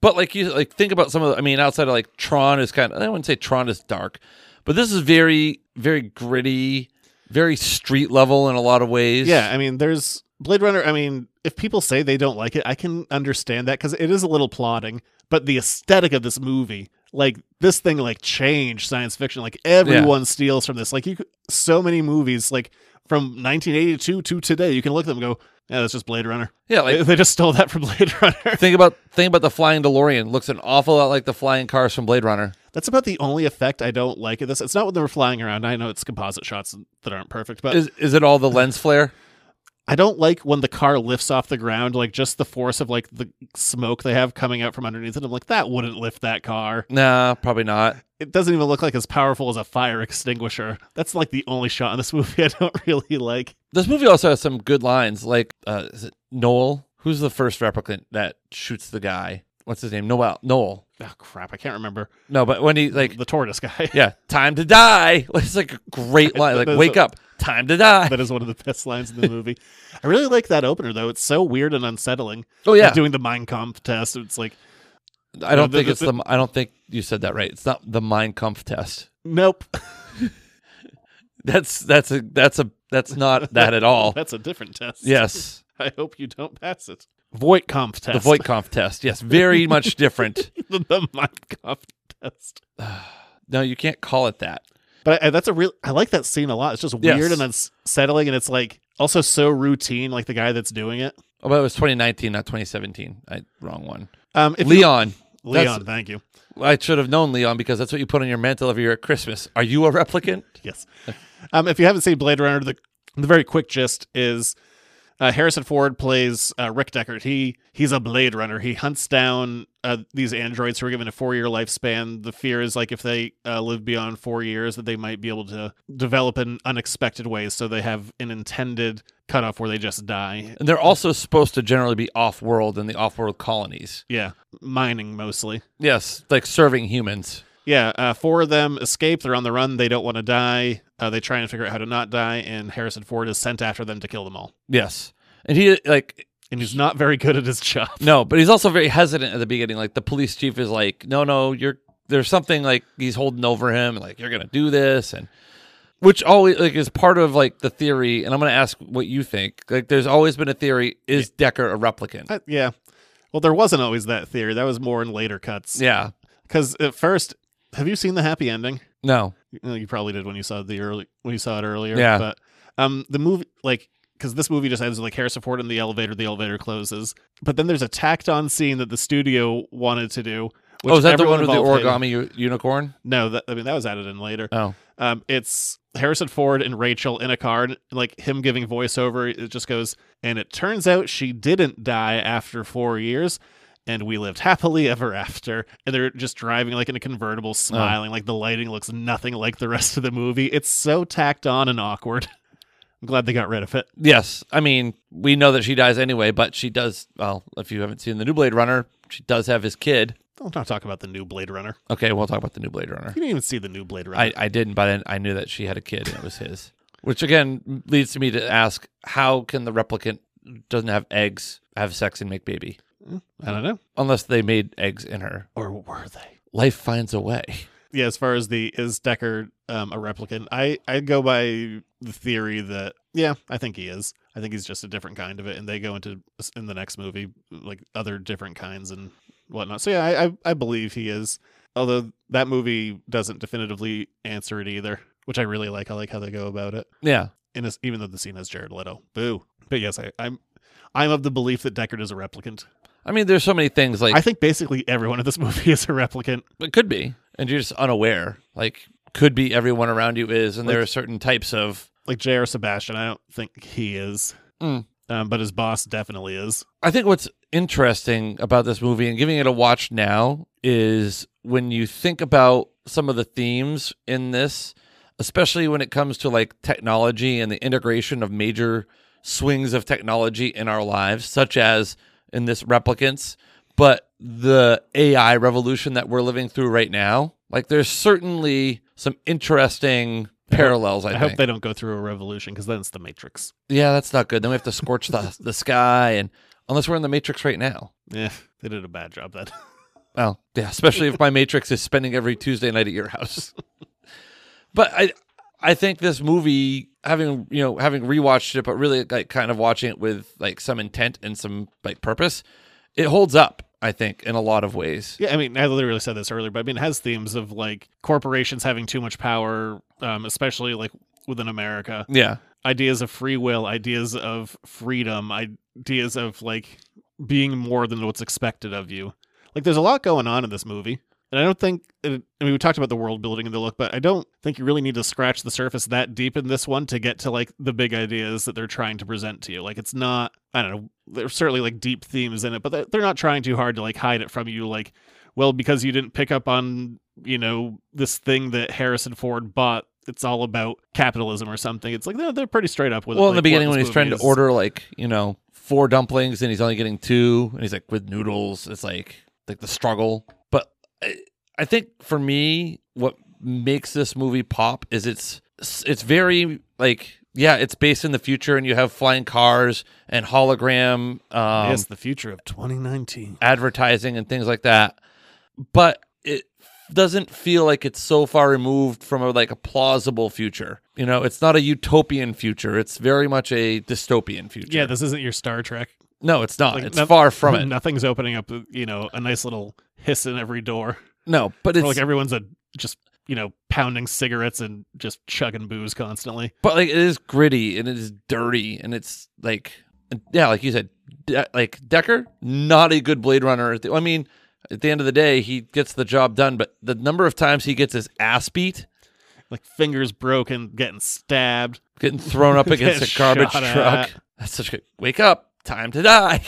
S6: But like you like think about some of the, I mean outside of like Tron is kind of I wouldn't say Tron is dark, but this is very very gritty, very street level in a lot of ways.
S5: yeah, I mean, there's Blade Runner. I mean, if people say they don't like it, I can understand that because it is a little plodding. But the aesthetic of this movie, like this thing, like changed science fiction. Like everyone steals from this. Like you, c- so many movies, like from 1982 to today, you can look at them and go, "Yeah, that's just Blade Runner."
S6: Yeah, like-
S5: They- they just stole that from Blade Runner.
S6: Think about think about the flying DeLorean. Looks an awful lot like the flying cars from Blade Runner.
S5: That's about the only effect I don't like of this. It's not when they're flying around. I know it's composite shots that aren't perfect, but
S6: Is is it all the lens flare?
S5: I don't like when the car lifts off the ground, like just the force of like the smoke they have coming out from underneath it. I'm like, that wouldn't lift that car.
S6: Nah, probably not.
S5: It doesn't even look like as powerful as a fire extinguisher. That's like the only shot in this movie I don't really like.
S6: This movie also has some good lines, like uh, is it Noel? Who's the first replicant that shoots the guy? What's his name? Noel. Noel.
S5: Oh crap, I can't remember.
S6: No, but when he like,
S5: The tortoise guy.
S6: yeah, time to die. It's like a great line. Like,
S5: That is
S6: wake
S5: a-
S6: up, time to die.
S5: That is one of the best lines in the movie. I really like that opener though. It's so weird and unsettling.
S6: Oh, yeah.
S5: Doing the mind comp test. It's like,
S6: I don't
S5: the-
S6: think
S5: the-
S6: it's the. I don't think you said that right. It's not the Mein Kampf test.
S5: nope.
S6: That's that's a that's a that's not that at all.
S5: That's a different test.
S6: Yes,
S5: I hope you don't pass it. Voight comp
S6: the
S5: test.
S6: Voight Kampf test. Yes, very much different.
S5: the, the mind comp test.
S6: No, you can't call it that.
S5: But I, I- that's a real. I like that scene a lot. It's just
S6: Yes.
S5: weird and unsettling, and it's like also so routine. Like the guy that's doing it,
S6: Oh, but it was 2019, not 2017. I wrong one.
S5: um, if you-
S6: Leon. That's-
S5: Leon, thank you.
S6: I should have known, Leon, because that's what you put on your mantle every year at Christmas. Are you a replicant?
S5: Yes. Um, if you haven't seen Blade Runner, the the very quick gist is uh, Harrison Ford plays uh, Rick Deckard. He he's a Blade Runner. He hunts down uh, these androids who are given a four year lifespan. The fear is like if they uh, live beyond four years, that they might be able to develop in unexpected ways. So they have an intended cutoff where they just die.
S6: And they're also supposed to generally be off world in the off world colonies.
S5: Yeah, mining mostly.
S6: Yes, like serving humans.
S5: Yeah, uh, four of them escape. They're on the run. They don't want to die. Uh, they try and figure out how to not die. And Harrison Ford is sent after them to kill them all.
S6: Yes. And he, like,
S5: And he's not very good at his job.
S6: no, but he's also very hesitant at the beginning. Like, the police chief is like, no, no, you're, there's something like he's holding over him, like, you're going to do this. And, which always like is part of like the theory, and I'm gonna ask what you think. Like, there's always been a theory: is Decker a replicant?
S5: Uh, yeah. Well, there wasn't always that theory. That was more in later cuts.
S6: yeah,
S5: Because at first, have you seen the happy ending?
S6: no,
S5: You, know, you probably did when you saw the early when you saw it earlier.
S6: Yeah.
S5: But um, the movie like because this movie just ends with like Harrison Ford in the elevator. The elevator closes. But then there's a tacked on scene that the studio wanted to do. Which
S6: oh, is that the
S5: everyone
S6: one with the
S5: involved hated.
S6: origami u- unicorn?
S5: No, that, I mean that was added in later.
S6: Oh,
S5: Um, it's Harrison Ford and Rachel in a car, and like him giving voiceover. It just goes, and it turns out she didn't die after four years, and we lived happily ever after. And they're just driving like in a convertible, smiling. Like the lighting looks nothing like the rest of the movie. It's so tacked on and awkward. I'm glad they got rid of it.
S6: Yes, I mean we know that she dies anyway, but she does. Well, if you haven't seen the new Blade Runner, she does have his kid.
S5: We'll not talk about the new Blade Runner.
S6: Okay, we'll talk about the new Blade Runner.
S5: You didn't even see the new Blade Runner.
S6: I, I didn't, but I knew that she had a kid and it was his. Which again leads to me to ask, how can the replicant doesn't have eggs have sex and make baby?
S5: I don't know.
S6: Unless they made eggs in her.
S5: Or were they?
S6: Life finds a way.
S5: Yeah, as far as the is Decker um, a replicant, I I go by the theory that yeah, I think he is. I think he's just a different kind of it, and they go into in the next movie like other different kinds and whatnot. So yeah, I I, I believe he is. Although that movie doesn't definitively answer it either, which I really like. I like how they go about it.
S6: Yeah.
S5: In this, even though the scene has Jared Leto, boo. But yes, I, I'm I'm of the belief that Deckard is a replicant.
S6: I mean, there's so many things like
S5: I think basically everyone in this movie is a replicant.
S6: it could be, and you're just unaware. Like could be everyone around you is, and there are certain types of.
S5: Like J.R. Sebastian, I don't think he is,
S6: Mm.
S5: um, but his boss definitely is.
S6: I think what's interesting about this movie and giving it a watch now is when you think about some of the themes in this, especially when it comes to like technology and the integration of major swings of technology in our lives, such as in this replicants, but the AI revolution that we're living through right now. Like there's certainly some interesting parallels. I,
S5: I
S6: think.
S5: hope they don't go through a revolution because then it's the Matrix.
S6: Yeah, that's not good. Then we have to scorch the the sky, and unless we're in the Matrix right now.
S5: Yeah, they did a bad job then.
S6: Well, yeah, especially if my Matrix is spending every Tuesday night at your house. but I, I think this movie, having you know, having rewatched it, but really like kind of watching it with like some intent and some like purpose, it holds up. I think in a lot of ways.
S5: yeah, I mean, I literally said this earlier, but I mean, it has themes of like corporations having too much power, um, especially like within America.
S6: Yeah.
S5: Ideas of free will, ideas of freedom, ideas of like being more than what's expected of you. Like, there's a lot going on in this movie. And I don't think, it, I mean, we talked about the world building and the look, but I don't think you really need to scratch the surface that deep in this one to get to like the big ideas that they're trying to present to you. Like, it's not, I don't know, there's certainly like deep themes in it, but they're- they're not trying too hard to like hide it from you. Like, well, because you didn't pick up on, you know, this thing that Harrison Ford bought. It's all about capitalism or something. It's like they're, they're pretty straight up with it.
S6: Well, in
S5: like, what
S6: the beginning when
S5: this
S6: he's trying
S5: movie
S6: to
S5: is.
S6: order like you know four dumplings and he's only getting two, and he's like with noodles, it's like like the struggle. But I, I think for me, what makes this movie pop is it's it's very like yeah, it's based in the future, and you have flying cars and hologram. Um,
S5: yes, the future of 2019.
S6: advertising and things like that. But it doesn't feel like it's so far removed from a, like a plausible future. You know, it's not a utopian future. It's very much a dystopian future.
S5: Yeah, this isn't your Star Trek.
S6: no, it's not.
S5: Like,
S6: it's
S5: noth-
S6: far from it.
S5: Nothing's opening up, you know, a nice little hiss in every door.
S6: No, but
S5: Or
S6: it's
S5: like everyone's a just, you know, pounding cigarettes and just chugging booze constantly.
S6: but like it is gritty and it is dirty and it's like yeah, like you said, De- like Decker, not a good Blade Runner. at the- I mean, at the end of the day, he gets the job done, but the number of times he gets his ass beat,
S5: Like fingers broken, getting stabbed.
S6: getting thrown up against a garbage
S5: shot
S6: truck.
S5: at.
S6: That's such a wake up, time to die.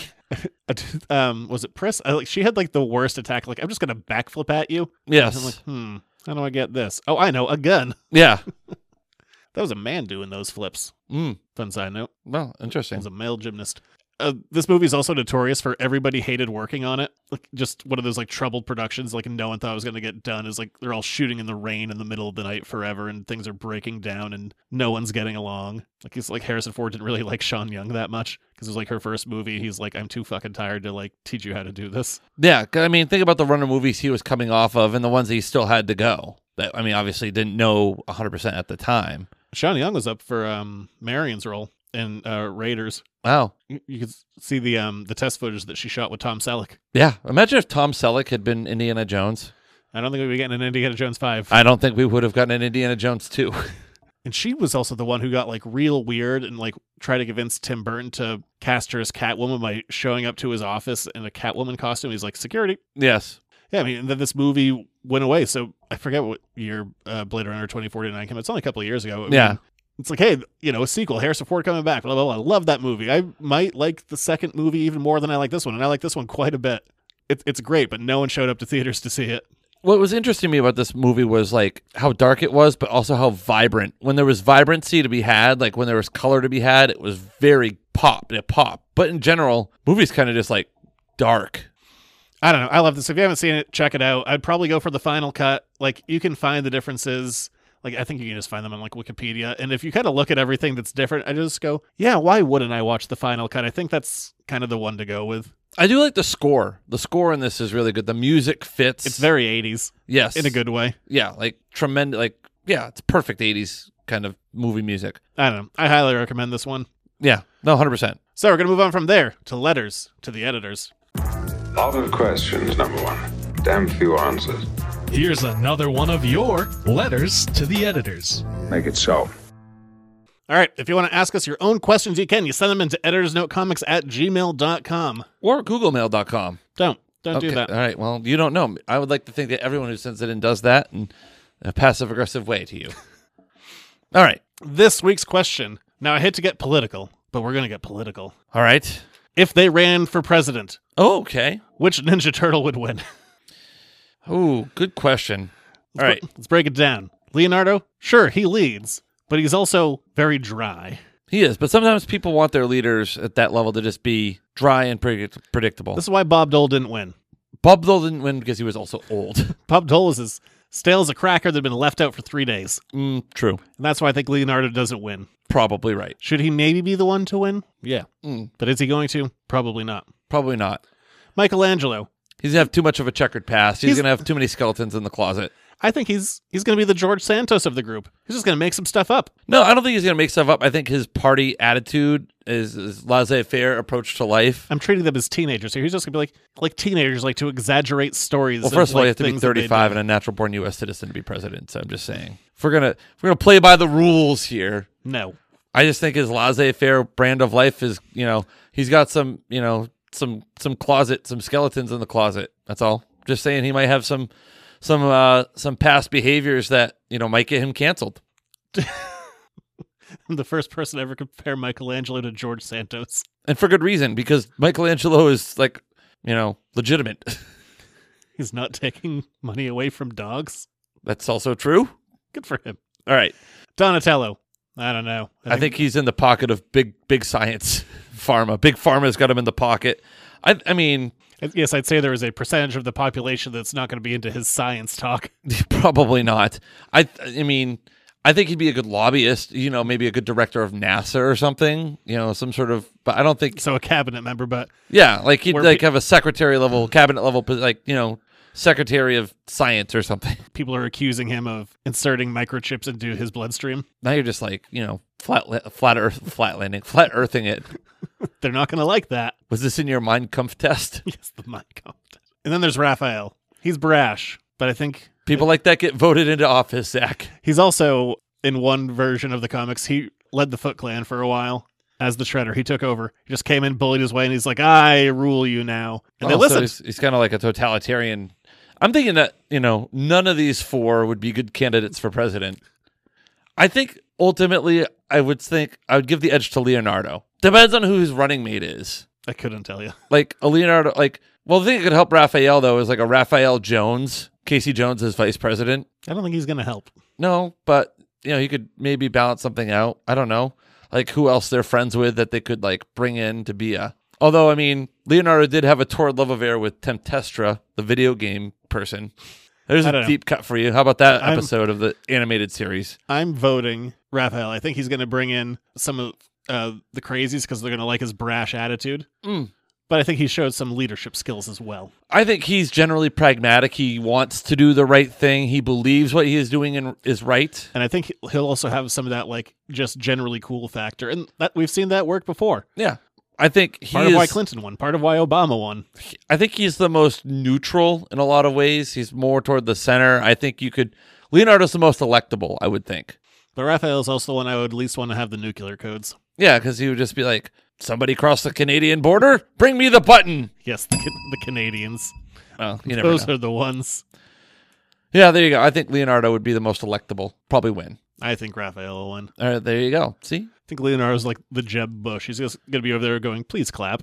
S5: Um, was it Priss? I, like she had like the worst attack. Like I'm just gonna backflip at you.
S6: Yes.
S5: I'm like, hmm, how do I get this? Oh, I know, a gun.
S6: yeah.
S5: That was a man doing those flips.
S6: Mm.
S5: Fun side note.
S6: Well, interesting.
S5: As a male gymnast. Uh, this movie's also notorious for everybody hated working on it. Like just one of those like troubled productions. Like no one thought it was gonna get done. Is like they're all shooting in the rain in the middle of the night forever, and things are breaking down, and no one's getting along. Like it's like Harrison Ford didn't really like Sean Young that much because it was like her first movie. He's like, I'm too fucking tired to like teach you how to do this.
S6: Yeah, 'cause, I mean, think about the runner movies he was coming off of and the ones he still had to go. That I mean, obviously didn't know 100% at the time.
S5: Sean Young was up for um Marion's role in uh, Raiders.
S6: Wow.
S5: You, you could see the um the test footage that she shot with Tom Selleck.
S6: Yeah. Imagine if Tom Selleck had been Indiana Jones.
S5: I don't think we'd be getting an Indiana Jones five.
S6: I don't think we would have gotten an Indiana Jones 2.
S5: and she was also the one who got like real weird and like tried to convince Tim Burton to cast her as Catwoman by showing up to his office in a Catwoman costume. He's like security.
S6: yes.
S5: Yeah, I mean, and then this movie went away. So I forget what year uh, Blade Runner twenty forty nine came. out. It's only a couple of years ago. I mean,
S6: Yeah.
S5: it's like hey, you know, a sequel, Harrison Ford coming back. Blah blah blah. I love that movie. I might like the second movie even more than I like this one, and I like this one quite a bit. It, it's great, but no one showed up to theaters to see it.
S6: What was interesting to me about this movie was like how dark it was, but also how vibrant. When there was vibrancy to be had, like when there was color to be had, it was very pop. It popped. But in general, movies kind of just like dark.
S5: I don't know. I love this. If you haven't seen it, check it out. I'd probably go for the final cut. Like you can find the differences. Like I think you can just find them on like Wikipedia. And if you kind of look at everything that's different, I just go, yeah, why wouldn't I watch the final cut? I think that's kind of the one to go with.
S6: I do like the score. The score in this is really good. The music fits.
S5: It's very 80s
S6: yes,
S5: in a good way.
S6: yeah, like tremendous. Like yeah, it's perfect '80s kind of movie music.
S5: I don't know. I highly recommend this one.
S6: Yeah, no, hundred percent.
S5: So we're gonna move on from there to letters to the editors.
S11: Lot of questions, number one. Damn few answers.
S10: Here's another one of your letters to the editors.
S11: Make it so.
S5: All right, if you want to ask us your own questions, you can. You send them into editorsnotecomics at gmail.com.
S6: Or googlemail.com.
S5: Don't. Don't do that.
S6: All right. Well, you don't know. I would like to think that everyone who sends it in does that in a passive aggressive way to you. All right.
S5: This week's question. Now, I hate to get political, but we're going to get political.
S6: All right.
S5: If they ran for president,
S6: Oh, okay.
S5: which Ninja Turtle would win?
S6: Oh, good question. All right.
S5: Let's break it down. Leonardo, sure, he leads, but he's also very dry.
S6: He is, but sometimes people want their leaders at that level to just be dry and predict- predictable.
S5: This is why Bob Dole didn't win.
S6: Bob Dole didn't win because he was also old.
S5: Bob Dole is as stale as a cracker that had been left out for three days.
S6: mm, true.
S5: And that's why I think Leonardo doesn't win.
S6: Probably right.
S5: Should he maybe be the one to win? Yeah.
S6: Mm.
S5: But is he going to? Probably not.
S6: Probably not.
S5: Michelangelo,
S6: He's gonna have too much of a checkered past. He's,
S5: He's-
S6: gonna have too many skeletons in the closet.
S5: I think he's he's going to be the George Santos of the group. He's just going to make some stuff up.
S6: No, I don't think he's gonna make stuff up. I think his party attitude is, is laissez-faire approach to life.
S5: I'm treating them as teenagers here. He's just going to be like like teenagers like to exaggerate stories.
S6: Well, first of all,
S5: like,
S6: you have to be
S5: things that they
S6: 35
S5: did.
S6: and a natural-born U.S. citizen to be president. So I'm just saying, if we're gonna if we're gonna play by the rules here,
S5: no.
S6: I just think his laissez-faire brand of life is, you know, he's got some, you know, some some closet, some skeletons in the closet. That's all. Just saying, he might have some some uh some past behaviors that you know might get him canceled.
S5: I'm the first person to ever compare Michelangelo to George Santos.
S6: and for good reason because Michelangelo is like you know legitimate.
S5: He's not taking money away from dogs.
S6: That's also true.
S5: Good for him.
S6: All right,
S5: Donatello. I don't know.
S6: I think, he's in the pocket of big big science, pharma. Big pharma's got him in the pocket. I I mean
S5: yes, I'd say there is a percentage of the population that's not going to be into his science talk.
S6: probably not. I I mean I think he'd be a good lobbyist. You know, maybe a good director of NASA or something. You know, some sort of. But I don't think.
S5: So a cabinet member, but
S6: Yeah, like he'd
S5: Where
S6: like
S5: pe-
S6: have a secretary level, cabinet level, pos- like you know, secretary of science or something.
S5: people are accusing him of inserting microchips into his bloodstream.
S6: Now you're just like you know, flat la- flat earth, flat landing, flat earthing it.
S5: They're not going to like that.
S6: Was this in your mind Kampf test?
S5: Yes, the mind content. And then there's Raphael. He's brash, but I think
S6: People like that get voted into office, Zach.
S5: he's also in one version of the comics. He led the Foot Clan for a while as the Shredder. He took over. He just came in, bullied his way, and he's like, "I rule you now." And they
S6: Oh, so
S5: listened.
S6: he's kind of like a totalitarian. I'm thinking that, you know, none of these four would be good candidates for president. I think ultimately I would think I would give the edge to Leonardo. Depends on who his running mate is.
S5: I couldn't tell you.
S6: Like a Leonardo, like, well, the thing that could help Raphael, though, is like a Raphael Jones, Casey Jones as vice president.
S5: I don't think he's gonna help.
S6: No, but you know, you could maybe balance something out. I don't know. Like who else they're friends with that they could like bring in to be a although I mean Leonardo did have a torrid love affair with Tempestra, the video game person. There's
S5: I
S6: a
S5: don't know.
S6: deep cut for you. How about that
S5: I'm-
S6: episode of the animated series?
S5: I'm voting Raphael. I think he's gonna bring in some of uh, the crazies because they're gonna like his brash attitude.
S6: Mm.
S5: But I think he showed some leadership skills as well.
S6: I think he's generally pragmatic. He wants to do the right thing. He believes what he is doing and is right.
S5: And I think he- he'll also have some of that like just generally cool factor, and that we've seen that work before.
S6: Yeah. I think he
S5: Part
S6: is
S5: of why Clinton won. Part of why Obama won.
S6: I think he's the most neutral in a lot of ways. He's more toward the center. I think you could Leonardo's the most electable, I would think.
S5: But Raphael's also the one I would least want to have the nuclear codes.
S6: Yeah, because he would just be like, "Somebody cross the Canadian border, bring me the button."
S5: Yes, the, Can- the Canadians.
S6: Well, you never
S5: Those
S6: know.
S5: are the ones.
S6: Yeah, there you go. I think Leonardo would be the most electable. Probably win.
S5: I think Raphael will win.
S6: All right, there you go. See,
S5: I think Leonardo's like the Jeb Bush. He's just going to be over there going, please clap.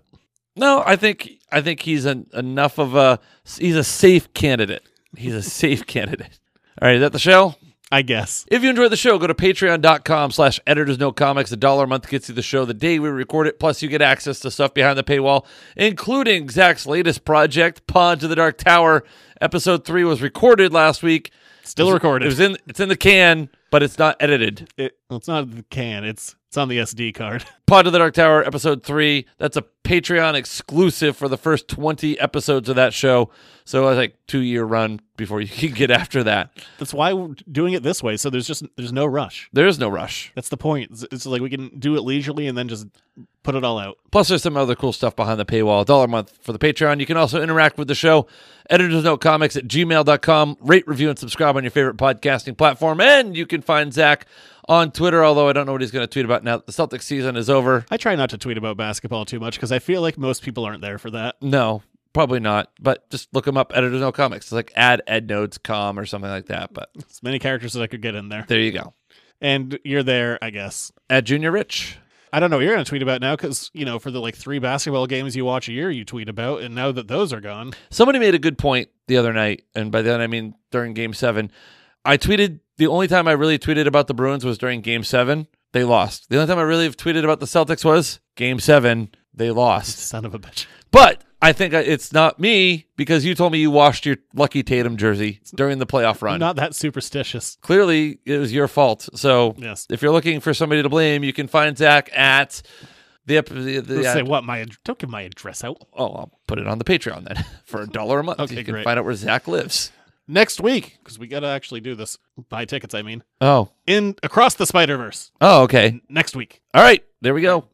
S6: No, I think I think he's an, enough of a he's a safe candidate. He's a safe candidate. All right, is that the show?
S5: I guess.
S6: If you enjoyed the show, go to patreon.com slash editors no comics. A dollar a month gets you the show the day we record it. Plus, you get access to stuff behind the paywall, including Zach's latest project, Pod to the Dark Tower. Episode three was recorded last week.
S5: Still
S6: It was-
S5: recorded.
S6: It was in it's in the can, but it's not edited.
S5: It, well, it's not the can. It's it's on the SD card.
S6: Pod to the Dark Tower, episode three. That's a Patreon exclusive for the first 20 episodes of that show. So it's like two year run before you can get after that.
S5: That's why we're doing it this way. So there's just there's no rush.
S6: There is no rush.
S5: That's the point. It's, it's like we can do it leisurely and then just put it all out.
S6: Plus, there's some other cool stuff behind the paywall. A dollar a month for the Patreon. You can also interact with the show. Editors Note Comics at gmail.com. Rate, review, and subscribe on your favorite podcasting platform. And you can find Zach on Twitter, although I don't know what he's going to tweet about now. that The Celtics season is over.
S5: I try not to tweet about basketball too much because I feel like most people aren't there for that.
S6: No, probably not. But just look him up, Editors Note Comics. It's like add ednodes.com or something like that. But
S5: As many characters as I could get in there.
S6: there you go.
S5: And you're there, I guess.
S6: At Junior Rich.
S5: I don't know what you're going to tweet about now because, you know, for the like three basketball games you watch a year, you tweet about. And now that those are gone,
S6: Somebody made a good point the other night, and by then I mean during Game Seven. I tweeted the only time I really tweeted about the Bruins was during Game Seven. They lost. The only time I really have tweeted about the Celtics was Game Seven. They lost.
S5: son of a bitch.
S6: But I think I- it's not me because you told me you washed your Lucky Tatum jersey during the playoff
S5: I'm
S6: run.
S5: not that superstitious.
S6: Clearly, it was your fault. So
S5: Yes.
S6: if you're looking for somebody to blame, you can find Zach at the. ep- the, the
S5: Let's say
S6: at-
S5: what my ad- don't give my address out.
S6: oh, I'll put it on the Patreon then for a dollar a month.
S5: Okay,
S6: you can
S5: great.
S6: find out where Zach lives.
S5: Next week, because we got to actually do this. Buy tickets, I mean.
S6: Oh,
S5: In Across the Spider Verse
S6: Oh, okay.
S5: next week.
S6: All right. There we go.